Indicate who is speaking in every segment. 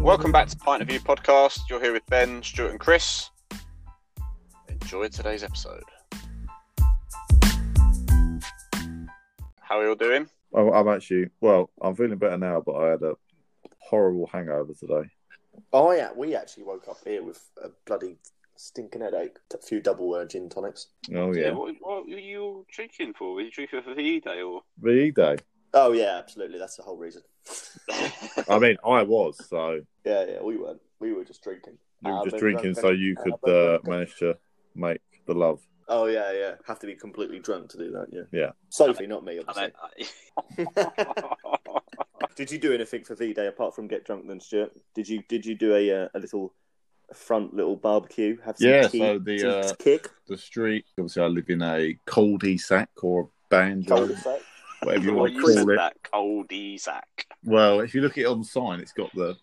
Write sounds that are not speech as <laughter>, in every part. Speaker 1: Welcome back to Pint of View podcast. You're here with Ben, Stuart, and Chris. Enjoy today's episode. How are you all doing?
Speaker 2: Oh, I'm actually well. I'm feeling better now, but I had a horrible hangover today.
Speaker 3: I Oh, yeah, we actually woke up here with a bloody stinking headache, a few double uh, gin tonics.
Speaker 2: Oh yeah,
Speaker 1: what, what were you all drinking for? Were you drinking for VE Day or?
Speaker 2: VE day.
Speaker 3: Oh yeah, absolutely. That's the whole reason.
Speaker 2: <laughs>
Speaker 3: <laughs>
Speaker 2: I mean, I was so
Speaker 3: Yeah, yeah, we weren't. We were just drinking.
Speaker 2: we
Speaker 3: Uh,
Speaker 2: were just
Speaker 3: but-
Speaker 2: drinking, so you could uh, manage to make the love.
Speaker 3: Oh yeah, yeah. Have to be completely drunk to do that. Yeah.
Speaker 2: Yeah.
Speaker 3: Sophie, not me.
Speaker 1: I
Speaker 3: Obviously.
Speaker 1: <laughs>
Speaker 3: <laughs>
Speaker 1: don't.
Speaker 3: did you do anything for V Day apart from get drunk? Then Stuart, did you did you do a uh, a little front little barbecue? Have some
Speaker 2: Yeah,
Speaker 3: tea,
Speaker 2: so the,
Speaker 3: some
Speaker 2: uh,
Speaker 3: kick.
Speaker 2: The street. Obviously, I live in a coldy sack or banjo,
Speaker 3: cul-de-sac?
Speaker 2: whatever you
Speaker 1: Well,
Speaker 2: want to
Speaker 1: you said
Speaker 2: call it.
Speaker 1: that cold Isaac.
Speaker 2: Well, if you look at it on the sign, it's got the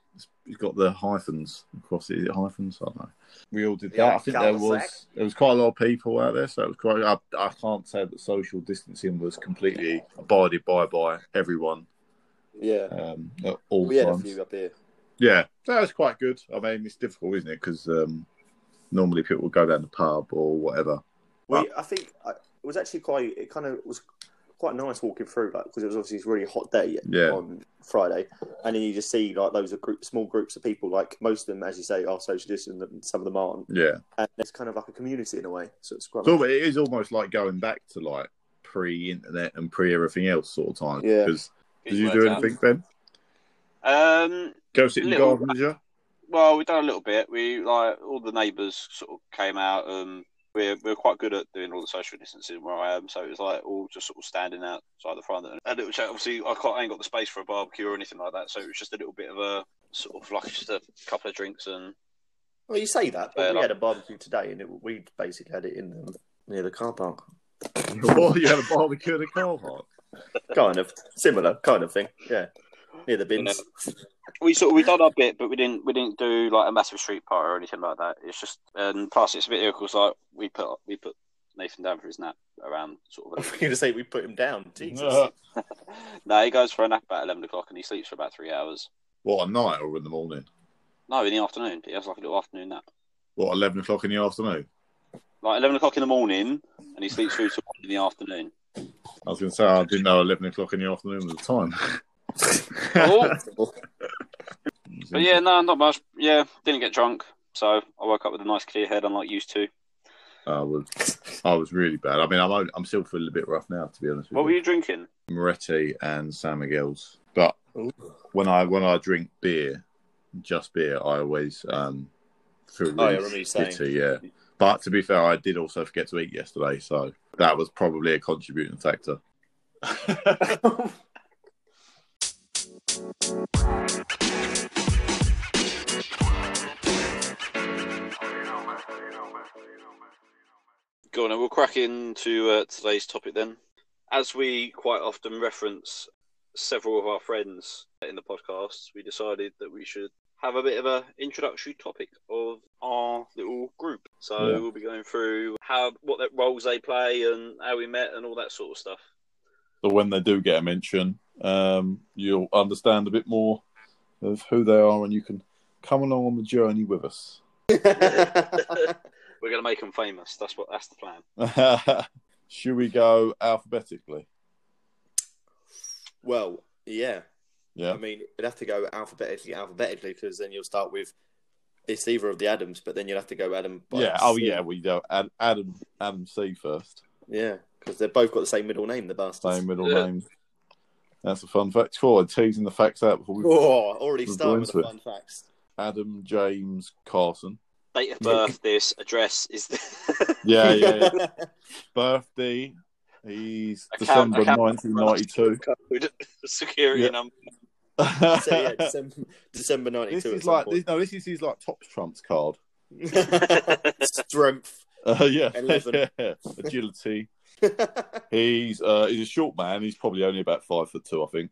Speaker 2: it's got the hyphens across it. Is it hyphens? I don't know. We all did
Speaker 3: The
Speaker 2: that. I
Speaker 3: old
Speaker 2: think there
Speaker 3: cul-de-sac.
Speaker 2: was there was quite a lot of people out there, so it was quite. I, I can't say that social distancing was completely abided by by everyone
Speaker 3: Yeah.
Speaker 2: um, at all
Speaker 3: We had a
Speaker 2: times.
Speaker 3: few up here.
Speaker 2: Yeah, that was quite good. I mean, it's difficult, isn't it? Because um, normally people will go down the pub or whatever.
Speaker 3: We,
Speaker 2: Well-
Speaker 3: I think I, it was actually quite. It kind of was quite nice walking through, like because it was obviously a really hot day
Speaker 2: Yeah.
Speaker 3: on Friday, and then you just see like those are group, small groups of people. Like most of them, as you say, are social distancing, and some of them aren't.
Speaker 2: Yeah,
Speaker 3: And it's kind of like a community in a way. So it's quite.
Speaker 2: so it is almost like going back to like pre-internet and pre-everything else sort of time.
Speaker 3: Yeah.
Speaker 2: 'Cause- did you do anything, Ben?
Speaker 1: Um,
Speaker 2: Go sit in the
Speaker 1: Little-
Speaker 2: garden, did you?
Speaker 1: Well, we done a little bit. We like all the neighbours sort of came out. Um, we're we're quite good at doing all the social distancing where I am, so it was like all just sort of standing outside the front. And it was obviously I can't I ain't got the space for a barbecue or anything like that, so it was just a little bit of a sort of like just a couple of drinks and
Speaker 3: Well, you say that,
Speaker 1: Yeah,
Speaker 3: but we
Speaker 1: like-
Speaker 3: had a barbecue today, and it, we basically had it in um, near the car park.
Speaker 2: <laughs> or you had a barbecue in a
Speaker 1: <laughs>
Speaker 2: car park.
Speaker 3: kind of similar kind of thing. Yeah, near the bins.
Speaker 1: we sort of we done our bit, but we didn't we didn't do like a massive street party or anything like that. It's just and plus it's a bit because like we put we put Nathan down for his nap around sort of.
Speaker 3: We're going to say <laughs> we put him down. Jesus.
Speaker 2: <laughs>
Speaker 3: <laughs>
Speaker 1: <laughs> no, he goes for a nap about eleven o'clock and he sleeps for about three hours.
Speaker 2: What, at night or in the morning?
Speaker 1: No, in the afternoon. He has like a little afternoon nap.
Speaker 2: What, 11 o'clock in the afternoon?
Speaker 1: Like 11 o'clock in the morning, and he sleeps through to 1 in the afternoon.
Speaker 2: I was going to say, I didn't know 11 o'clock in the afternoon was the time.
Speaker 1: Oh.
Speaker 2: <laughs>
Speaker 1: But yeah, no, not much. Yeah, didn't get drunk. So I woke up with a nice clear head, unlike used to.
Speaker 2: I was, I was really bad. I mean, I'm, only- I'm still feeling a bit rough now, to be honest with
Speaker 1: What were you drinking?
Speaker 2: Moretti and San Miguel's. But when I when I drink beer, just beer, I always um, feel
Speaker 3: Oh, yeah, I
Speaker 2: really
Speaker 3: remember you saying.
Speaker 2: shitty, yeah. But to be fair, I did also forget to eat yesterday, so that was probably a contributing factor.
Speaker 1: Go on, then, we'll crack into uh, today's topic then. As we quite often reference several of our friends in the podcast, we decided that we should have a bit of a introductory topic of our little group. So
Speaker 2: Yeah.
Speaker 1: we'll be going through how what their roles they play and how we met and all that sort of stuff.
Speaker 2: So when they do get a mention, um, you'll understand a bit more of who they are, and you can come along on the journey with us. <laughs>
Speaker 1: We're going to make them famous. That's what that's the plan.
Speaker 2: Should we go alphabetically?
Speaker 3: well, yeah. I
Speaker 2: Yeah.
Speaker 3: mean, it'd have to go alphabetically, alphabetically, because then you'll start with it's either of the Adams, but then you'll have to go Adam. By
Speaker 2: yeah. Oh,
Speaker 3: C.
Speaker 2: yeah. We go Ad- Adam Adam C first.
Speaker 3: yeah, because they've both got the same middle name, the bastards.
Speaker 2: Same middle
Speaker 1: Yeah.
Speaker 2: name. That's a fun fact. Forward teasing the facts out before we.
Speaker 3: Oh, already
Speaker 2: We're
Speaker 3: start
Speaker 2: going
Speaker 3: with
Speaker 2: to
Speaker 3: the
Speaker 2: it.
Speaker 3: fun facts.
Speaker 2: Adam James Carson.
Speaker 1: Date of birth, this address is the... <laughs>
Speaker 2: Yeah, yeah. yeah. Birthday. He's December
Speaker 1: Account- account-
Speaker 2: 1992.
Speaker 1: Code, security
Speaker 2: Yeah.
Speaker 1: number. <laughs>
Speaker 3: <laughs>
Speaker 2: <laughs>
Speaker 3: so, yeah, December, December 92.
Speaker 2: this
Speaker 3: at
Speaker 2: is
Speaker 3: some
Speaker 2: like
Speaker 3: point.
Speaker 2: this, no, this is his like top trumps card. <laughs>
Speaker 3: <laughs> Strength.
Speaker 2: Uh, yeah.
Speaker 3: Eleven.
Speaker 2: <laughs> yeah, agility. He's uh, he's a short man. He's probably only about five foot two, I think.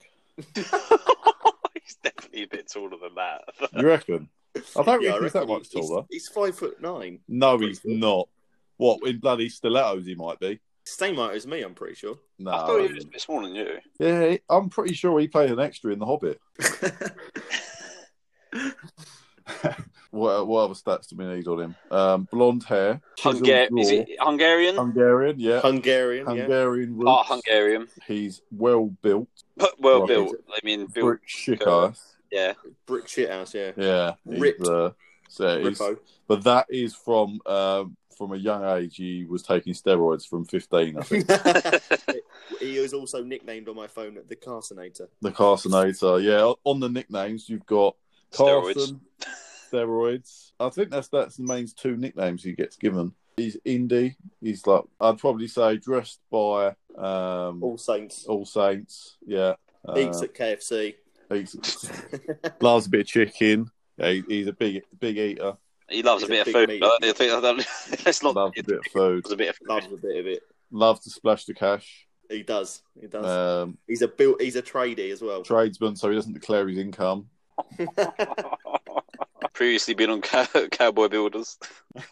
Speaker 1: He's definitely a bit taller than that. <laughs>
Speaker 2: You reckon? I don't
Speaker 3: Yeah,
Speaker 2: think he's that
Speaker 3: reckon
Speaker 2: much
Speaker 3: he's-
Speaker 2: taller.
Speaker 3: He's, five foot nine.
Speaker 2: No, he's not. What in bloody stilettos he might be?
Speaker 3: Same height as me, I'm pretty sure.
Speaker 2: No,
Speaker 1: I thought
Speaker 2: Um,
Speaker 1: he was a bit smaller than you.
Speaker 2: yeah, I'm pretty sure he played an extra in The Hobbit. What, what other stats do we need on him? Um, blonde hair, chiseled
Speaker 1: Hungar- is
Speaker 2: jaw,
Speaker 1: it Hungarian?
Speaker 2: Hungarian? <laughs> Yeah,
Speaker 3: Hungarian, yeah.
Speaker 2: Hungarian roots.
Speaker 1: Ah, Hungarian.
Speaker 2: He's well built,
Speaker 1: Put- Well
Speaker 2: Right.
Speaker 1: built. I mean, built.
Speaker 2: brick shit
Speaker 1: Girl.
Speaker 2: ass.
Speaker 1: Yeah.
Speaker 3: Brick shit house, yeah.
Speaker 2: Yeah, he's,
Speaker 3: Ripped.
Speaker 2: uh, so he's-
Speaker 3: Rippo.
Speaker 2: but that is from um from a young age. He was taking steroids from fifteen, I
Speaker 3: <laughs>
Speaker 2: think.
Speaker 3: he was also nicknamed on my phone the Carcinator.
Speaker 2: the Carsonator. Yeah, on the nicknames you've got
Speaker 1: Steroids.
Speaker 2: Carson, steroids. I think that's that's the main two nicknames he gets given. He's indie. He's like I'd probably say dressed by um,
Speaker 3: All Saints.
Speaker 2: All Saints. Yeah, uh,
Speaker 3: Eats at KFC.
Speaker 2: eats- loves a bit of chicken. Yeah, he, he's a big big eater.
Speaker 1: He loves a
Speaker 3: He's
Speaker 1: bit
Speaker 3: a
Speaker 1: of
Speaker 3: big
Speaker 1: food.
Speaker 3: meat.
Speaker 1: But I think I don't, <laughs> let's not.
Speaker 2: Loves a bit of food.
Speaker 1: Loves a bit of food. <laughs>
Speaker 3: <laughs> Loves a bit of it.
Speaker 2: Loves to splash the cash.
Speaker 3: He does. He does.
Speaker 2: Um,
Speaker 3: he's a built. He's a tradie as well.
Speaker 2: tradesman, so he doesn't declare his income.
Speaker 1: Previously been on cow- Cowboy Builders.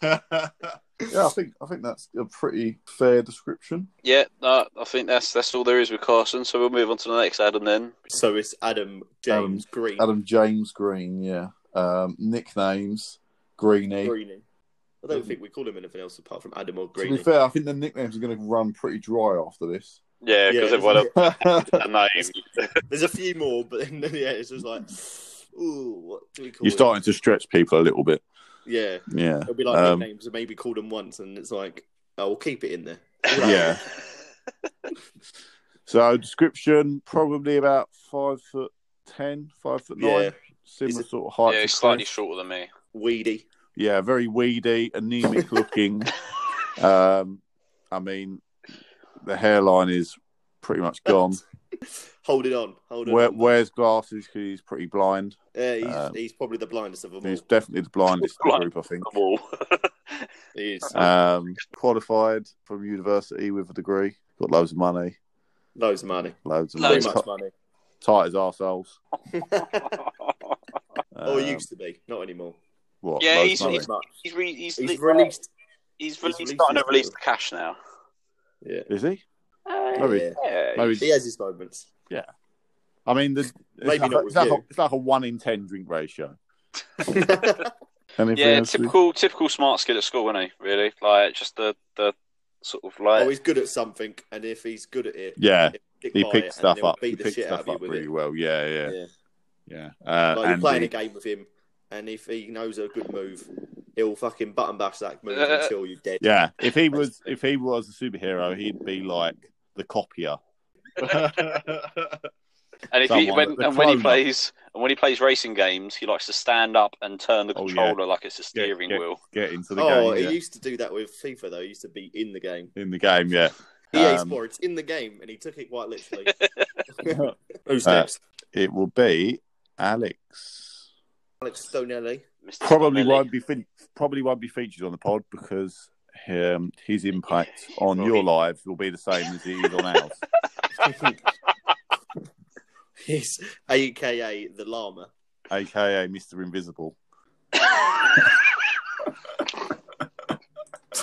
Speaker 2: Yeah, I think I think that's a pretty fair description.
Speaker 1: Yeah, no, I think that's that's all there is with Carson. So we'll move on to the next Adam then.
Speaker 3: so it's Adam James Green.
Speaker 2: Adam James Green, yeah. Um, nicknames Greeny.
Speaker 3: Greeny. I don't think we call him anything else apart from Adam or
Speaker 2: Mm-hmm. To be
Speaker 3: Greeny.
Speaker 2: fair, I think the nicknames are going to run pretty dry after this.
Speaker 3: <laughs>
Speaker 1: Yeah, because
Speaker 3: Yeah,
Speaker 1: everyone else
Speaker 2: yeah,
Speaker 1: had a name.
Speaker 3: There's a few more, but then, <laughs> yeah, it's just like, ooh, what do we call?
Speaker 2: You're
Speaker 3: him?
Speaker 2: starting to stretch people a little bit.
Speaker 3: Yeah,
Speaker 2: Yeah,
Speaker 3: it'll be like
Speaker 2: Um,
Speaker 3: nicknames. and Maybe call them once, and it's like, oh, we'll keep it in there.
Speaker 2: <laughs>
Speaker 3: <laughs>
Speaker 2: yeah. So description probably about five foot ten, five foot nine,
Speaker 3: Yeah.
Speaker 2: similar
Speaker 3: He's a-
Speaker 2: sort of height.
Speaker 1: Yeah,
Speaker 2: to
Speaker 1: he's slightly
Speaker 2: Craig.
Speaker 1: shorter than me. <laughs>
Speaker 3: Weedy.
Speaker 2: Yeah, very weedy, anemic looking. um, I mean, the hairline is pretty much gone.
Speaker 3: <laughs> Hold it on. Hold it
Speaker 2: Wear,
Speaker 3: on.
Speaker 2: wears glasses because he's pretty blind.
Speaker 3: Yeah, he's,
Speaker 2: um,
Speaker 3: he's probably the blindest of them all.
Speaker 2: He's definitely the blindest of the
Speaker 1: Blind.
Speaker 2: group, I think.
Speaker 1: The wall. <laughs>
Speaker 3: He is.
Speaker 2: Um, qualified from university with a degree, got loads of money,
Speaker 3: Loads of money.
Speaker 2: loads of
Speaker 1: Very
Speaker 2: money,
Speaker 3: Too
Speaker 1: Loads.
Speaker 3: much money.
Speaker 2: tight as arseholes.
Speaker 3: or
Speaker 2: Um,
Speaker 3: used to be. Not anymore.
Speaker 2: what,
Speaker 1: Oh, Yeah,
Speaker 2: loads of
Speaker 1: he's-
Speaker 2: money?
Speaker 3: Not much.
Speaker 1: he's, re- he's,
Speaker 3: He's
Speaker 1: he's, <laughs>
Speaker 3: released.
Speaker 1: he's,
Speaker 3: released
Speaker 1: he's starting to
Speaker 3: his-
Speaker 1: release the cash now.
Speaker 3: Yeah.
Speaker 2: is he?
Speaker 1: Uh,
Speaker 2: Maybe.
Speaker 3: yeah.
Speaker 1: yeah,
Speaker 2: Maybe-
Speaker 3: He has his moments. <laughs>
Speaker 2: I mean, there's,
Speaker 3: Maybe
Speaker 2: it's, like,
Speaker 3: not
Speaker 2: a- it's, like
Speaker 3: with
Speaker 2: a,
Speaker 3: you.
Speaker 2: it's like a one in ten drink ratio.
Speaker 3: yeah,
Speaker 2: Anything
Speaker 1: yeah,
Speaker 2: else to-
Speaker 1: typical typical smart kid at school, isn't he? Really, like just the the sort of like
Speaker 3: oh, he's good at something, and if he's good at it,
Speaker 2: Yeah,
Speaker 3: stick
Speaker 2: he
Speaker 3: by
Speaker 2: picked
Speaker 3: it, and
Speaker 2: stuff
Speaker 3: he'll
Speaker 2: up.
Speaker 3: Beat
Speaker 2: He
Speaker 3: the
Speaker 2: picked
Speaker 3: shit
Speaker 2: stuff
Speaker 3: out of you
Speaker 2: up
Speaker 3: with
Speaker 2: really
Speaker 3: it.
Speaker 2: well. Yeah, yeah,
Speaker 3: Yeah.
Speaker 2: yeah. Uh,
Speaker 3: Like you're
Speaker 2: and
Speaker 3: playing
Speaker 2: he-
Speaker 3: a game with him, and if he knows a good move, he'll fucking button bash that move
Speaker 1: Uh,
Speaker 3: until you're dead.
Speaker 2: yeah, if
Speaker 3: <laughs>
Speaker 2: he was if he was a superhero, he'd be like the <laughs> copier.
Speaker 1: and if he,
Speaker 2: someone,
Speaker 1: when,
Speaker 2: the
Speaker 1: and when he
Speaker 2: clone.
Speaker 1: plays and when he plays racing games, he likes to stand up and turn the
Speaker 2: Oh, yeah.
Speaker 1: controller like it's a
Speaker 2: Yeah,
Speaker 1: steering
Speaker 2: yeah.
Speaker 1: wheel.
Speaker 2: Get into the
Speaker 3: Oh,
Speaker 2: game
Speaker 3: he
Speaker 2: yeah.
Speaker 3: used to do that with FIFA though. He used to be in the game.
Speaker 2: in the game.
Speaker 3: <laughs>
Speaker 2: Yeah,
Speaker 3: EA
Speaker 2: Um,
Speaker 3: Sports in the game, and he took it
Speaker 1: <laughs>
Speaker 3: quite literally.
Speaker 2: Uh,
Speaker 3: Who's next?
Speaker 2: it will be Alex.
Speaker 3: Alex Stonelli.
Speaker 1: Mr.
Speaker 2: Probably
Speaker 1: Tonelli.
Speaker 2: won't be fin- probably won't be featured on the pod because um, his impact on
Speaker 1: Well,
Speaker 2: your
Speaker 1: he-
Speaker 2: lives will be the same as he is on ours.
Speaker 3: <laughs> He's AKA the llama.
Speaker 2: aka Mr.
Speaker 3: <laughs>
Speaker 2: Invisible.
Speaker 1: <laughs> Oh,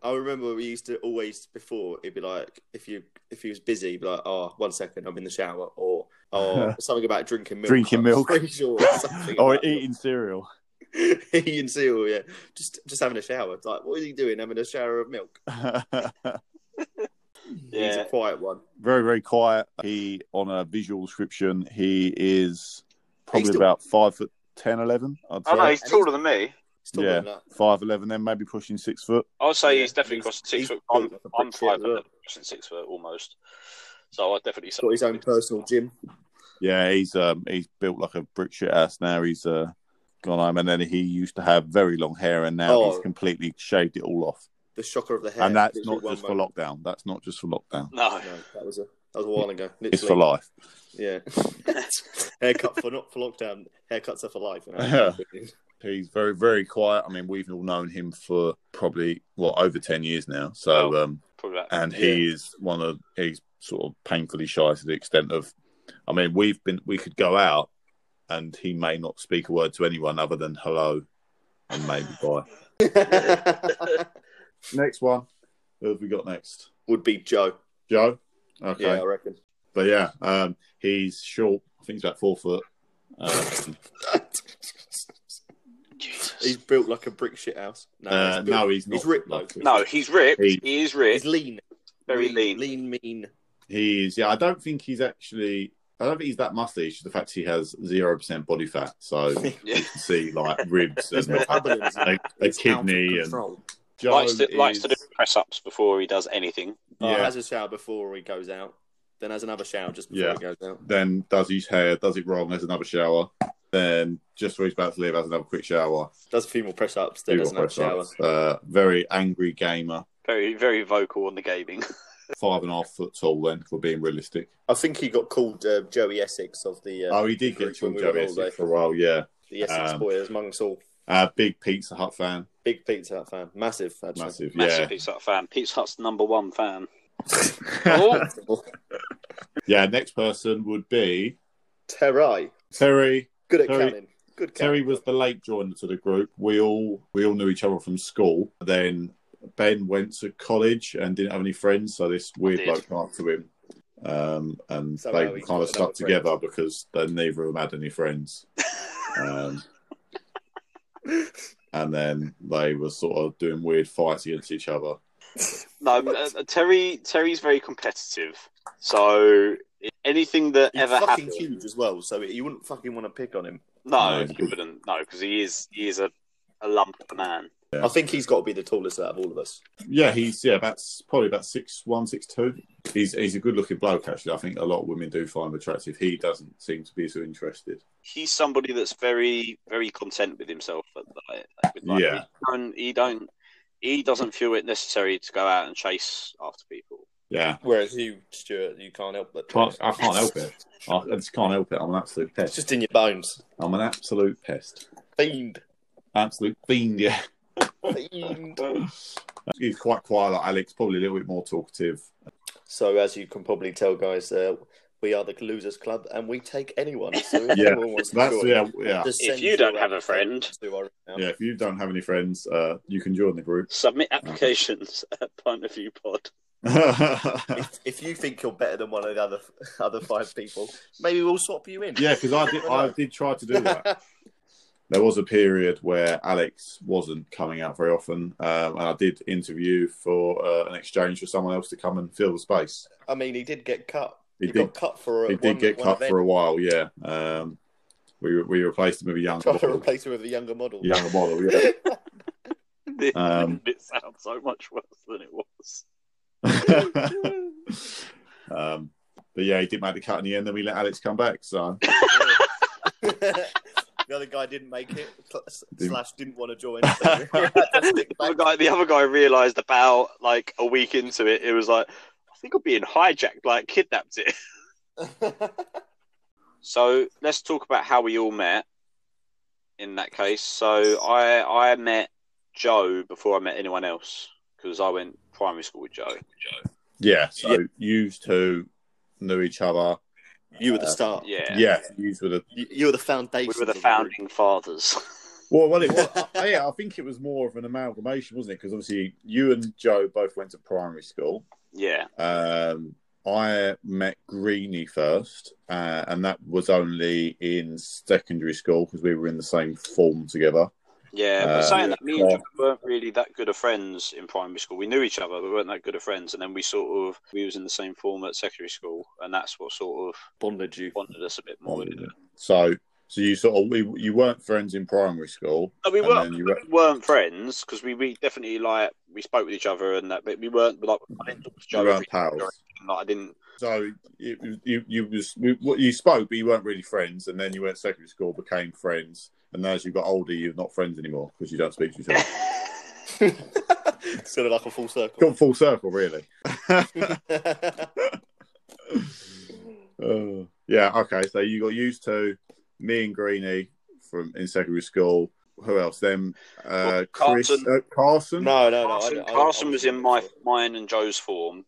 Speaker 3: I remember we used to always before it'd be like if you if he was busy, he'd be like, oh, one second, I'm in the shower, or
Speaker 2: <laughs>
Speaker 3: or something about drinking milk,
Speaker 2: Drinking
Speaker 3: I'm
Speaker 2: milk.
Speaker 3: pretty sure, or something.
Speaker 2: <laughs> Or
Speaker 3: about-
Speaker 2: eating cereal. <laughs>
Speaker 3: <laughs> eating cereal, yeah, just just having a shower. It's like, what is he doing? Having a shower of milk. He's
Speaker 1: Yeah.
Speaker 3: a quiet one.
Speaker 2: very very quiet. He on a visual description, he is probably
Speaker 3: He's still-
Speaker 2: about five foot ten, eleven. I'd
Speaker 1: Oh no,
Speaker 2: say
Speaker 1: he's taller than me.
Speaker 3: He's taller
Speaker 2: Yeah.
Speaker 3: than that.
Speaker 2: five eleven, then maybe pushing six foot.
Speaker 1: I would say
Speaker 3: Yeah,
Speaker 1: he's definitely
Speaker 3: he's-
Speaker 1: crossed six
Speaker 3: he's
Speaker 1: foot.
Speaker 3: built
Speaker 1: I'm,
Speaker 3: like a
Speaker 1: I'm
Speaker 3: brick shit
Speaker 1: five
Speaker 3: as well.
Speaker 1: foot, crossing six foot almost. So I definitely
Speaker 3: He's got his own personal gym.
Speaker 2: Yeah, he's um he's built like a brick shit ass now. He's uh gone home, and then he used to have very long hair, and now
Speaker 3: Oh.
Speaker 2: he's completely shaved it all off.
Speaker 3: The shocker of the hair.
Speaker 2: and that's
Speaker 3: literally
Speaker 2: not
Speaker 3: one
Speaker 2: just for
Speaker 3: moment.
Speaker 2: lockdown. That's not just for lockdown.
Speaker 1: No,
Speaker 3: No, that was a that was a while ago.
Speaker 2: It's for
Speaker 3: Literally,
Speaker 2: life.
Speaker 3: yeah. <laughs> Haircut for not for lockdown. Haircuts are
Speaker 2: <laughs>
Speaker 3: for life. you know?
Speaker 2: Yeah. He's very, very quiet. I mean, we've all known him for probably what over ten years now. So,
Speaker 1: Wow.
Speaker 2: um,
Speaker 1: probably that.
Speaker 2: and he is one of he's sort of painfully shy to the extent of, I mean, we've been we could go out, and he may not speak a word to anyone other than hello, and maybe bye. next one. Who have we got next?
Speaker 3: Would be Joe.
Speaker 2: Joe. Okay.
Speaker 3: Yeah, I reckon. <laughs>
Speaker 2: But yeah, um, he's short. I think he's about four foot. Um,
Speaker 1: Jesus.
Speaker 3: He's built like a brick shit house. No,
Speaker 2: Uh,
Speaker 3: he's built-
Speaker 2: no, he's not.
Speaker 3: He's ripped
Speaker 2: like
Speaker 3: though.
Speaker 1: No, he's ripped.
Speaker 2: He-
Speaker 1: He, is ripped.
Speaker 3: He's lean,
Speaker 1: very lean.
Speaker 3: lean, mean.
Speaker 2: <laughs> He is, yeah. I don't think he's actually. I don't think he's that muscly. It's just the fact he has zero percent body fat,
Speaker 3: <laughs>
Speaker 2: so you
Speaker 1: <laughs> Yeah.
Speaker 2: can see like ribs
Speaker 3: There's
Speaker 2: and
Speaker 3: no
Speaker 2: a,
Speaker 3: evidence.
Speaker 2: a
Speaker 3: It's out of
Speaker 2: kidney and
Speaker 3: control.
Speaker 2: Joe
Speaker 1: likes to likes to do uh,
Speaker 2: is-
Speaker 1: press ups before he does anything.
Speaker 3: Oh,
Speaker 2: yeah.
Speaker 3: has a shower before he goes out, then has another shower just before
Speaker 2: Yeah.
Speaker 3: he goes out.
Speaker 2: Then does his hair, does it wrong, has another shower. Then just when he's about to leave, has another quick shower.
Speaker 3: Does a few more press ups, then
Speaker 2: Do what
Speaker 3: has another
Speaker 2: press
Speaker 3: shower.
Speaker 2: ups. Uh, very angry gamer,
Speaker 1: Very very vocal on the gaming. <laughs>
Speaker 2: five and a half foot tall. Then, for being realistic.
Speaker 3: I think he got called uh, Joey Essex of the uh,
Speaker 2: Oh, he did
Speaker 3: When
Speaker 2: get to
Speaker 3: we
Speaker 2: Joe
Speaker 3: were all there.
Speaker 2: Essex for a while. Yeah,
Speaker 3: the Essex
Speaker 2: um,
Speaker 3: boys amongst all.
Speaker 2: uh, big Pizza Hut fan,
Speaker 3: Big Pizza Hut fan, massive actually.
Speaker 2: massive.
Speaker 1: Massive
Speaker 2: Yeah,
Speaker 1: Pizza Hut fan. Pizza Hut's number one fan.
Speaker 3: <laughs>
Speaker 2: <laughs>
Speaker 1: Oh,
Speaker 2: yeah. Next person would be
Speaker 3: Terry,
Speaker 2: Terry.
Speaker 3: good at
Speaker 2: Terry-
Speaker 3: counting. Good.
Speaker 2: Terry
Speaker 3: counting.
Speaker 2: was the late joiner to the group. We all we all knew each other from school. Then Ben went to college and didn't have any friends, so this weird
Speaker 1: did.
Speaker 2: bloke came up to him, um, and
Speaker 3: Somehow
Speaker 2: they
Speaker 3: he's
Speaker 2: kind of
Speaker 3: got
Speaker 2: stuck
Speaker 3: another friend.
Speaker 2: together because they neither of them had any friends. um, and then they were sort of doing weird fights against each other.
Speaker 1: no, uh, Terry Terry's very competitive. So anything that
Speaker 3: He's
Speaker 1: ever
Speaker 3: fucking
Speaker 1: happens,
Speaker 3: huge as well, so you wouldn't fucking want to pick on him.
Speaker 1: no,
Speaker 2: No.
Speaker 1: you wouldn't. No, because he is he is a, a lump of a man.
Speaker 2: Yeah.
Speaker 3: I think he's got to be the tallest out of all of us.
Speaker 2: Yeah, he's yeah, that's probably about six one, six two. He's he's a good looking bloke actually. I think a lot of women do find him attractive. He doesn't seem to be so interested.
Speaker 1: He's somebody that's very very content with himself. But like, with, like,
Speaker 2: Yeah.
Speaker 1: he don't, he don't he doesn't feel it necessary to go out and chase after people.
Speaker 2: Yeah.
Speaker 3: Whereas you, Stuart, you can't help but
Speaker 2: Can't- I can't help <laughs> it. I, I just can't help it. I'm an absolute
Speaker 3: It's
Speaker 2: pest.
Speaker 3: just in your bones.
Speaker 2: I'm an absolute pest.
Speaker 3: Fiend,
Speaker 2: Absolute fiend, yeah.
Speaker 3: fiend.
Speaker 2: <laughs> He's quite quiet like Alex, probably a little bit more talkative.
Speaker 3: So, as you can probably tell, guys, uh, we are the Losers Club, and we take anyone. So if
Speaker 2: Yeah.
Speaker 3: anyone wants to
Speaker 2: That's
Speaker 3: join,
Speaker 2: yeah, yeah.
Speaker 3: just
Speaker 1: If
Speaker 3: send
Speaker 1: you don't
Speaker 3: your
Speaker 1: have a friend.
Speaker 3: to our email.
Speaker 2: Yeah, if you don't have any friends, uh, you can join the group. <laughs>
Speaker 1: Submit applications <laughs> at Point of View Pod.
Speaker 2: yeah,
Speaker 3: If, if you think you're better than one of the other <laughs> other five people, maybe we'll swap you in.
Speaker 2: because I did I did try to do that. There was a period where Alex wasn't coming out very often, um, and I did interview for uh, an exchange for someone else to come and fill the space.
Speaker 3: I mean, he did get cut.
Speaker 2: He
Speaker 3: He,
Speaker 2: did-
Speaker 3: got cut for. A,
Speaker 2: He
Speaker 3: one,
Speaker 2: did get
Speaker 3: one
Speaker 2: cut
Speaker 3: event.
Speaker 2: for a while, yeah. Um, we we replaced him with a
Speaker 3: <laughs>
Speaker 2: young
Speaker 3: <laughs> Trying to replace him with a younger model.
Speaker 2: younger model, yeah.
Speaker 1: <laughs>
Speaker 2: <laughs> Um,
Speaker 1: it sounds so much worse than it
Speaker 2: <laughs>
Speaker 1: was.
Speaker 2: um, but yeah, he did make the cut in the end. Then we let Alex come back.
Speaker 3: <laughs>
Speaker 2: So
Speaker 3: <laughs> the other guy didn't make it. sl- Slash didn't want to
Speaker 1: <laughs>
Speaker 3: join. so we had to stick
Speaker 1: The
Speaker 3: back.
Speaker 1: other guy, the other guy realised about like a week into it, it was like, I think I'm being hijacked, like kidnapped it. So let's talk about how we all met. In that case, so I I met Joe before I met anyone else because I went primary school with Joe.
Speaker 2: yeah, so used to knew each other.
Speaker 3: you were the start.
Speaker 1: Yeah,
Speaker 2: Oh, Yeah, used with a
Speaker 3: You, you were the foundation.
Speaker 1: we were the founding fathers. <laughs>
Speaker 2: well, well, it was, <laughs> I, yeah. I think it was more of an amalgamation, wasn't it? Because obviously you and Joe both went to primary school.
Speaker 1: yeah,
Speaker 2: Um, I met Greeny first, uh, and that was only in secondary school because we were in the same form together.
Speaker 1: Yeah, but
Speaker 2: Uh,
Speaker 1: saying that, me and
Speaker 2: yeah.
Speaker 1: Joe weren't really that good of friends in primary school. We knew each other, but we weren't that good of friends. And then we sort of we was in the same form at secondary school, and that's what sort of
Speaker 3: bonded you.
Speaker 1: bonded us a bit more.
Speaker 2: Bonded
Speaker 1: didn't it?
Speaker 2: So, so you sort of we, you weren't friends in primary school.
Speaker 1: No, we
Speaker 2: And
Speaker 1: weren't
Speaker 2: then you were-
Speaker 1: we weren't friends because we, we definitely like we spoke with each other and that, but we weren't like I didn't talk to Joe.
Speaker 2: weren't
Speaker 1: every day or
Speaker 2: pals.
Speaker 1: anything, Like, I didn't.
Speaker 2: So it, was- you you was we, what you spoke, but you weren't really friends. And then you went to secondary school, became friends, and as you got older, you're not friends anymore because you don't speak to
Speaker 1: <laughs>
Speaker 2: each other.
Speaker 3: <laughs> sort of like a full circle.
Speaker 2: Gone full circle, really.
Speaker 3: <laughs>
Speaker 2: Uh, yeah. Okay. So you got used to me and Greeny from in secondary school. Who else? Then uh,
Speaker 1: Well,
Speaker 2: Chris
Speaker 1: Carson.
Speaker 2: uh, Carson.
Speaker 3: <laughs> no, no, no. I
Speaker 1: Carson,
Speaker 3: don't- I don't-
Speaker 1: Carson
Speaker 3: I
Speaker 1: was
Speaker 3: don't
Speaker 1: in my
Speaker 3: think
Speaker 1: mine and Joe's form.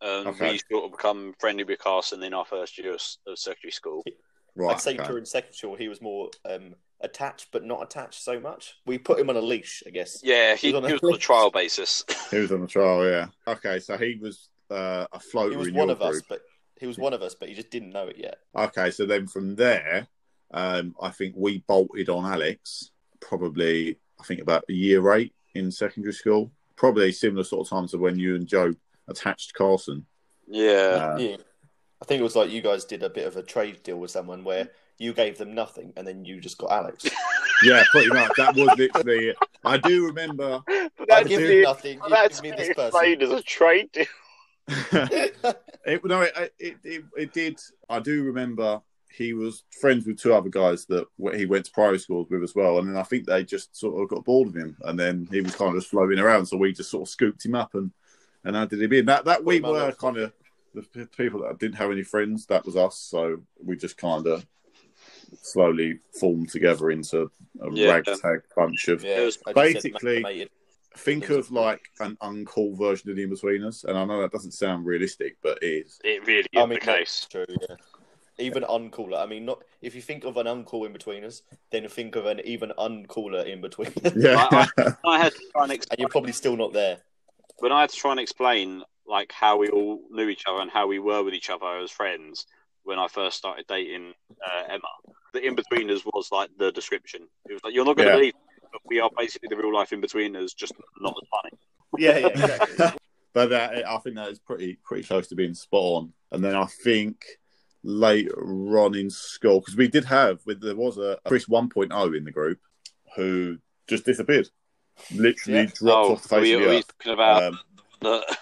Speaker 1: Um,
Speaker 2: Okay.
Speaker 1: We sort of become friendly with Carson in our first year of, of secondary school.
Speaker 3: so.
Speaker 2: right.
Speaker 3: I'd say
Speaker 2: okay.
Speaker 3: during second school he was more um, attached, but not attached so much. We put him on a leash, I guess.
Speaker 1: Yeah, he,
Speaker 3: He was on a-
Speaker 1: he was
Speaker 3: <laughs>
Speaker 1: on a trial basis. <laughs>
Speaker 2: He was on the trial. Yeah. Okay. So he was uh, a floater
Speaker 3: he was
Speaker 2: in
Speaker 3: one
Speaker 2: your
Speaker 3: of
Speaker 2: group.
Speaker 3: us, but he was one of us, but he just didn't know it yet.
Speaker 2: Okay, so then from there, um, I think we bolted on Alex probably I think about year eight in secondary school. Probably similar sort of time to when you and Joe attached Carson. Uh,
Speaker 1: Yeah.
Speaker 3: yeah. I think it was like you guys did a bit of a trade deal with someone where you gave them nothing and then you just got Alex.
Speaker 2: Yeah, pretty much. That was literally it. I do remember.
Speaker 1: But
Speaker 3: I
Speaker 2: That's
Speaker 3: give
Speaker 2: it.
Speaker 3: you nothing. You
Speaker 1: that's
Speaker 3: give me this person. <laughs>
Speaker 1: explained as a trade deal.
Speaker 2: <laughs> It, no, it, it, it, it did. I do remember he was friends with two other guys that w- he went to private schools with as well. And then I think they just sort of got bored of him. And then he was kind of just floating around. So we just sort of scooped him up and, and added him in. That, that we
Speaker 3: Put him on
Speaker 2: were
Speaker 3: the-
Speaker 2: kind of the p- people that didn't have any friends. That was us. So we just kind of slowly formed together into a
Speaker 1: Yeah.
Speaker 2: ragtag bunch of
Speaker 3: yeah,
Speaker 1: It was
Speaker 3: I just said
Speaker 2: basically-
Speaker 3: mathemated.
Speaker 2: think of like an uncool version of the in between us. And I know that doesn't sound realistic, but it is.
Speaker 1: It really is
Speaker 3: I mean,
Speaker 1: the case.
Speaker 3: that's true. Yeah. Even uncooler. I mean, not if you think of an uncool in between us, then think of an even uncooler in between.
Speaker 2: <laughs>
Speaker 3: and
Speaker 2: Yeah.
Speaker 1: I had to try and explain,
Speaker 3: you're probably still not there.
Speaker 1: when I had to try and explain like how we all knew each other and how we were with each other as friends when I first started dating uh, Emma. The in betweeners was like the description. It was like you're not going to
Speaker 2: Yeah.
Speaker 1: believe, it, but we are basically the real life in betweeners, just not as funny.
Speaker 3: Yeah, <laughs> yeah,
Speaker 2: but uh, I think that is pretty pretty close to being spot on. And then I think later on in school, because we did have, with there was a Chris 1.0 in the group who just disappeared, literally
Speaker 3: Yeah.
Speaker 2: dropped off the face
Speaker 1: Oh, we,
Speaker 2: of the
Speaker 1: we uh,
Speaker 2: earth.
Speaker 1: talking about
Speaker 2: Um,
Speaker 1: the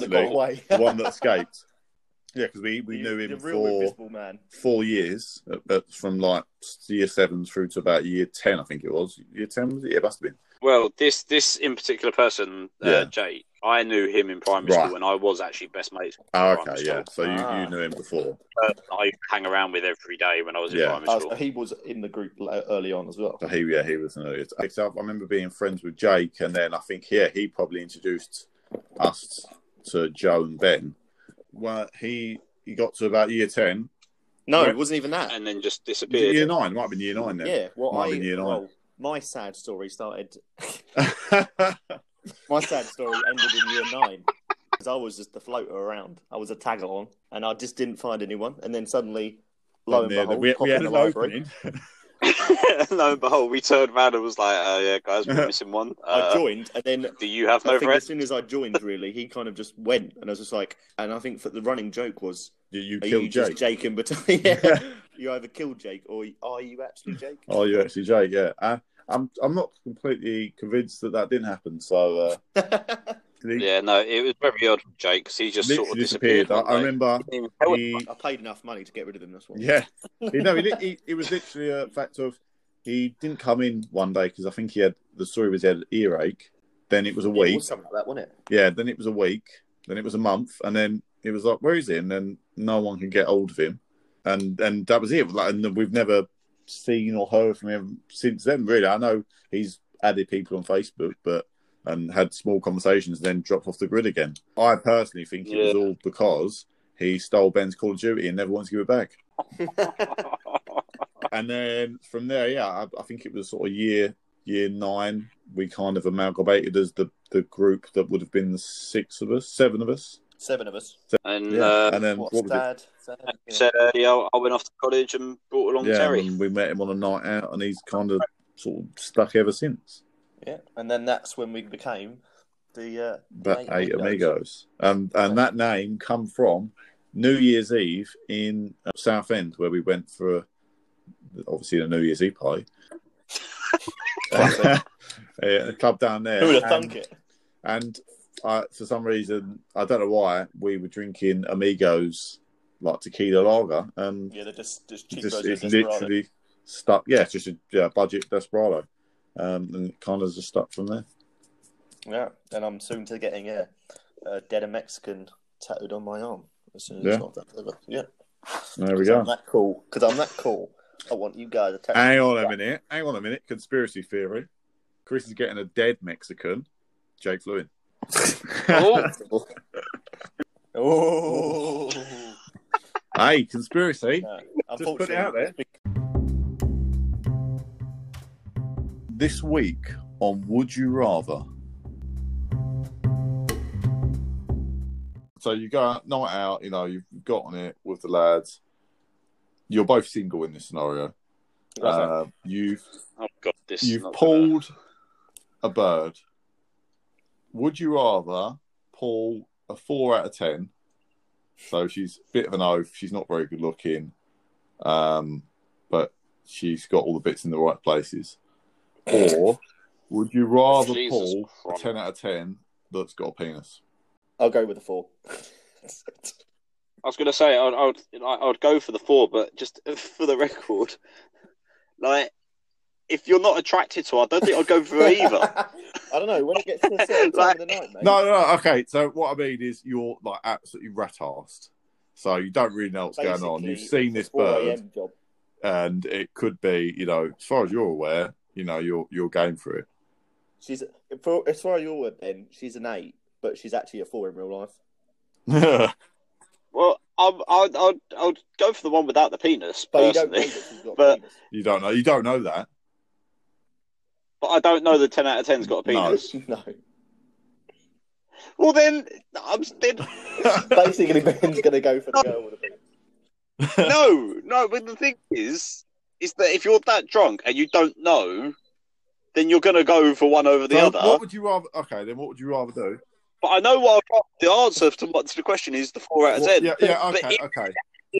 Speaker 2: <laughs>
Speaker 3: that got
Speaker 2: literally,
Speaker 3: away.
Speaker 2: the one that escaped. Yeah, because we, we
Speaker 3: <laughs> You-
Speaker 2: knew
Speaker 3: the
Speaker 2: him
Speaker 3: real
Speaker 2: for
Speaker 3: invisible man.
Speaker 2: four years, uh, but from like year seven through to about year ten, I think it was. Year ten was it? Yeah, it must have been.
Speaker 1: Well, this this in particular person, uh,
Speaker 2: Yeah.
Speaker 1: Jake, I knew him in primary
Speaker 2: Right.
Speaker 1: school, and I was actually best mates.
Speaker 2: Oh,
Speaker 1: Right,
Speaker 2: okay, yeah. So you,
Speaker 3: Ah.
Speaker 2: you knew him before.
Speaker 1: Uh, I hang around with every day when I was in
Speaker 2: Yeah.
Speaker 1: primary
Speaker 3: Oh,
Speaker 1: school.
Speaker 3: so he was in the group la- early on as well.
Speaker 2: So he, yeah, he was an earliest. So I remember being friends with Jake, and then I think, yeah, he probably introduced us to Joe and Ben. Well, he he got to about year ten,
Speaker 3: No,
Speaker 2: Yeah.
Speaker 3: it wasn't even that.
Speaker 1: and then just
Speaker 2: Was it
Speaker 1: disappeared.
Speaker 2: year nine, might have been year nine then.
Speaker 3: yeah, well,
Speaker 2: Might
Speaker 3: I
Speaker 2: have been year nine.
Speaker 3: well, my sad story started.
Speaker 2: <laughs> Yeah,
Speaker 3: My sad story ended in year nine because I was just the floater around. I was a tag along, and I just didn't find anyone. And then suddenly, lo and behold,
Speaker 2: we,
Speaker 3: pop
Speaker 2: we
Speaker 3: in
Speaker 2: had
Speaker 3: the
Speaker 2: an
Speaker 3: library.
Speaker 2: opening.
Speaker 1: <laughs> Lo and behold, we turned around and was like, uh, "Yeah, guys,
Speaker 2: <laughs>
Speaker 1: we're missing one.
Speaker 3: I
Speaker 1: Uh,
Speaker 3: joined, and then
Speaker 1: do you have
Speaker 3: I
Speaker 1: no
Speaker 3: think
Speaker 1: friends?"
Speaker 3: as soon as I joined, really, he kind of just went, and I was just like, and I think for the running joke was,
Speaker 2: You, you
Speaker 3: are
Speaker 2: killed
Speaker 3: you
Speaker 2: Jake.
Speaker 3: just Jake in between? <laughs> yeah. you either killed Jake or are you actually Jake?
Speaker 2: Oh, you actually Jake? Yeah, I, I'm I'm not completely convinced that that didn't happen. So. Uh, he
Speaker 1: Yeah, no, it was very odd, with Jake, because he just
Speaker 2: literally
Speaker 1: sort of disappeared.
Speaker 2: disappeared. I,
Speaker 1: one
Speaker 2: I
Speaker 1: day.
Speaker 2: remember
Speaker 1: Didn't even tell us.
Speaker 2: he
Speaker 3: <laughs> I paid enough money to get rid of him. That's what.
Speaker 2: Yeah, you know, he, he, it was literally a fact of he didn't come in one day because I think he had the story was he had an earache. Then it was a
Speaker 3: Yeah, it
Speaker 2: week.
Speaker 3: was something like that, wasn't it?
Speaker 2: Yeah, then it was a week. Then it was a month, and then it was like, where is he? And then no one could get hold of him, and and that was it. Like, and we've never seen or heard from him since then. Really, I know he's added people on Facebook, but and had small conversations, then dropped off the grid again. I personally think it was
Speaker 1: Yeah.
Speaker 2: all because he stole Ben's Call of Duty and never wants to give it back. and then from there, yeah, I, I think it was sort of year year nine. We kind of amalgamated as the the group that would have been the six of us, seven of us.
Speaker 3: Seven of us.
Speaker 1: <laughs> and
Speaker 2: Yeah,
Speaker 1: uh,
Speaker 2: and then
Speaker 3: What's
Speaker 2: what was it?
Speaker 3: dad? Dad,
Speaker 1: you
Speaker 3: yeah.
Speaker 1: said earlier, I went off to college and brought along
Speaker 2: Yeah,
Speaker 1: Terry.
Speaker 2: <laughs> and we met him on a night out, and he's kind of sort of stuck ever since.
Speaker 3: Yeah, and then that's when we became the. Uh,
Speaker 2: But
Speaker 3: Eight
Speaker 2: eight
Speaker 3: Amigos.
Speaker 2: amigos, um, and that name come from New Year's Eve in uh, Southend, where we went for obviously a New Year's Eve party. <laughs>
Speaker 3: Classic.
Speaker 2: Yeah, a club down there.
Speaker 3: who would have
Speaker 2: and-
Speaker 3: thunk it?
Speaker 2: and I, for some reason, I don't know why, we were drinking Amigos like tequila lager, and
Speaker 3: Yeah, they're just just cheap
Speaker 2: just,
Speaker 3: versions
Speaker 2: it's
Speaker 3: of Desperado.
Speaker 2: literally stuck. Yeah, it's just a yeah, budget desperado, um, and it kind of just stuck from there.
Speaker 3: Yeah, and I'm soon to getting a, uh, a dead a Mexican tattooed on my arm as soon as
Speaker 2: Yeah.
Speaker 3: it's not that clever. Yeah,
Speaker 2: There we
Speaker 3: 'Cause I'm
Speaker 2: go.
Speaker 3: that cool. Because I'm that cool. I want you guys to tattoo.
Speaker 2: Hang on a minute. Hang on a minute. Conspiracy theory: Chris is getting a dead Mexican. Jake flew in.
Speaker 3: <laughs>
Speaker 1: Oh.
Speaker 3: Oh,
Speaker 2: hey, conspiracy.
Speaker 3: No,
Speaker 2: Just put it out there.
Speaker 3: unfortunately,
Speaker 2: This week on Would You Rather. So you go out, night out, you know, you've got on it with the lads. You're both single in this scenario. Uh, you've
Speaker 1: Oh god, this. is
Speaker 2: you've
Speaker 1: not
Speaker 2: pulled a bird. Would you rather pull a four out of ten? So she's a bit of an oaf. She's not very good looking, um, but she's got all the bits in the right places. Or would you rather
Speaker 1: Jesus
Speaker 2: pull
Speaker 1: Christ.
Speaker 2: a ten out of ten that's got a penis?
Speaker 3: I'll go with the four.
Speaker 1: I was going to say I'd, I'd I'd go for the four, but just <laughs> for the record, like if you're not attracted to, her, I don't think I'd go
Speaker 3: <laughs>
Speaker 1: for her
Speaker 2: <laughs>
Speaker 1: either.
Speaker 3: I don't know. When it gets to a certain time of the night, mate.
Speaker 2: No, no, no, okay. So what I mean is you're like absolutely rat assed. So you don't really know what's going on.
Speaker 3: basically,
Speaker 2: You've seen this
Speaker 3: 4
Speaker 2: bird.
Speaker 3: a.m. job.
Speaker 2: and it could be, you know, as far as you're aware, you know, you're you're game for it.
Speaker 3: She's for, as far as you're in, she's an eight, but she's actually a four in real life.
Speaker 1: Well, I'm, I'd, I'd I'd go for the one without the penis
Speaker 3: But you don't know
Speaker 1: personally,
Speaker 3: that she's
Speaker 1: <laughs>
Speaker 3: got
Speaker 1: But-
Speaker 3: penis.
Speaker 2: <laughs> you don't know. You don't know
Speaker 1: <laughs>
Speaker 2: that.
Speaker 1: but I don't know the ten out of ten's got a
Speaker 2: No.
Speaker 1: penis.
Speaker 3: No,
Speaker 1: Well, then I'm then
Speaker 2: <laughs>
Speaker 3: basically Ben's gonna go for the girl with a
Speaker 1: <laughs>
Speaker 3: penis.
Speaker 1: no, no. But the thing is, is that if you're that drunk and you don't know, then you're going to go for one over the
Speaker 2: So
Speaker 1: other.
Speaker 2: What would you rather? Okay, then what would you rather do?
Speaker 1: But I know what I've got- the answer to what to the question is the four out of
Speaker 2: What-
Speaker 1: ten.
Speaker 2: yeah, yeah,
Speaker 1: But
Speaker 2: okay,
Speaker 1: it-
Speaker 2: okay,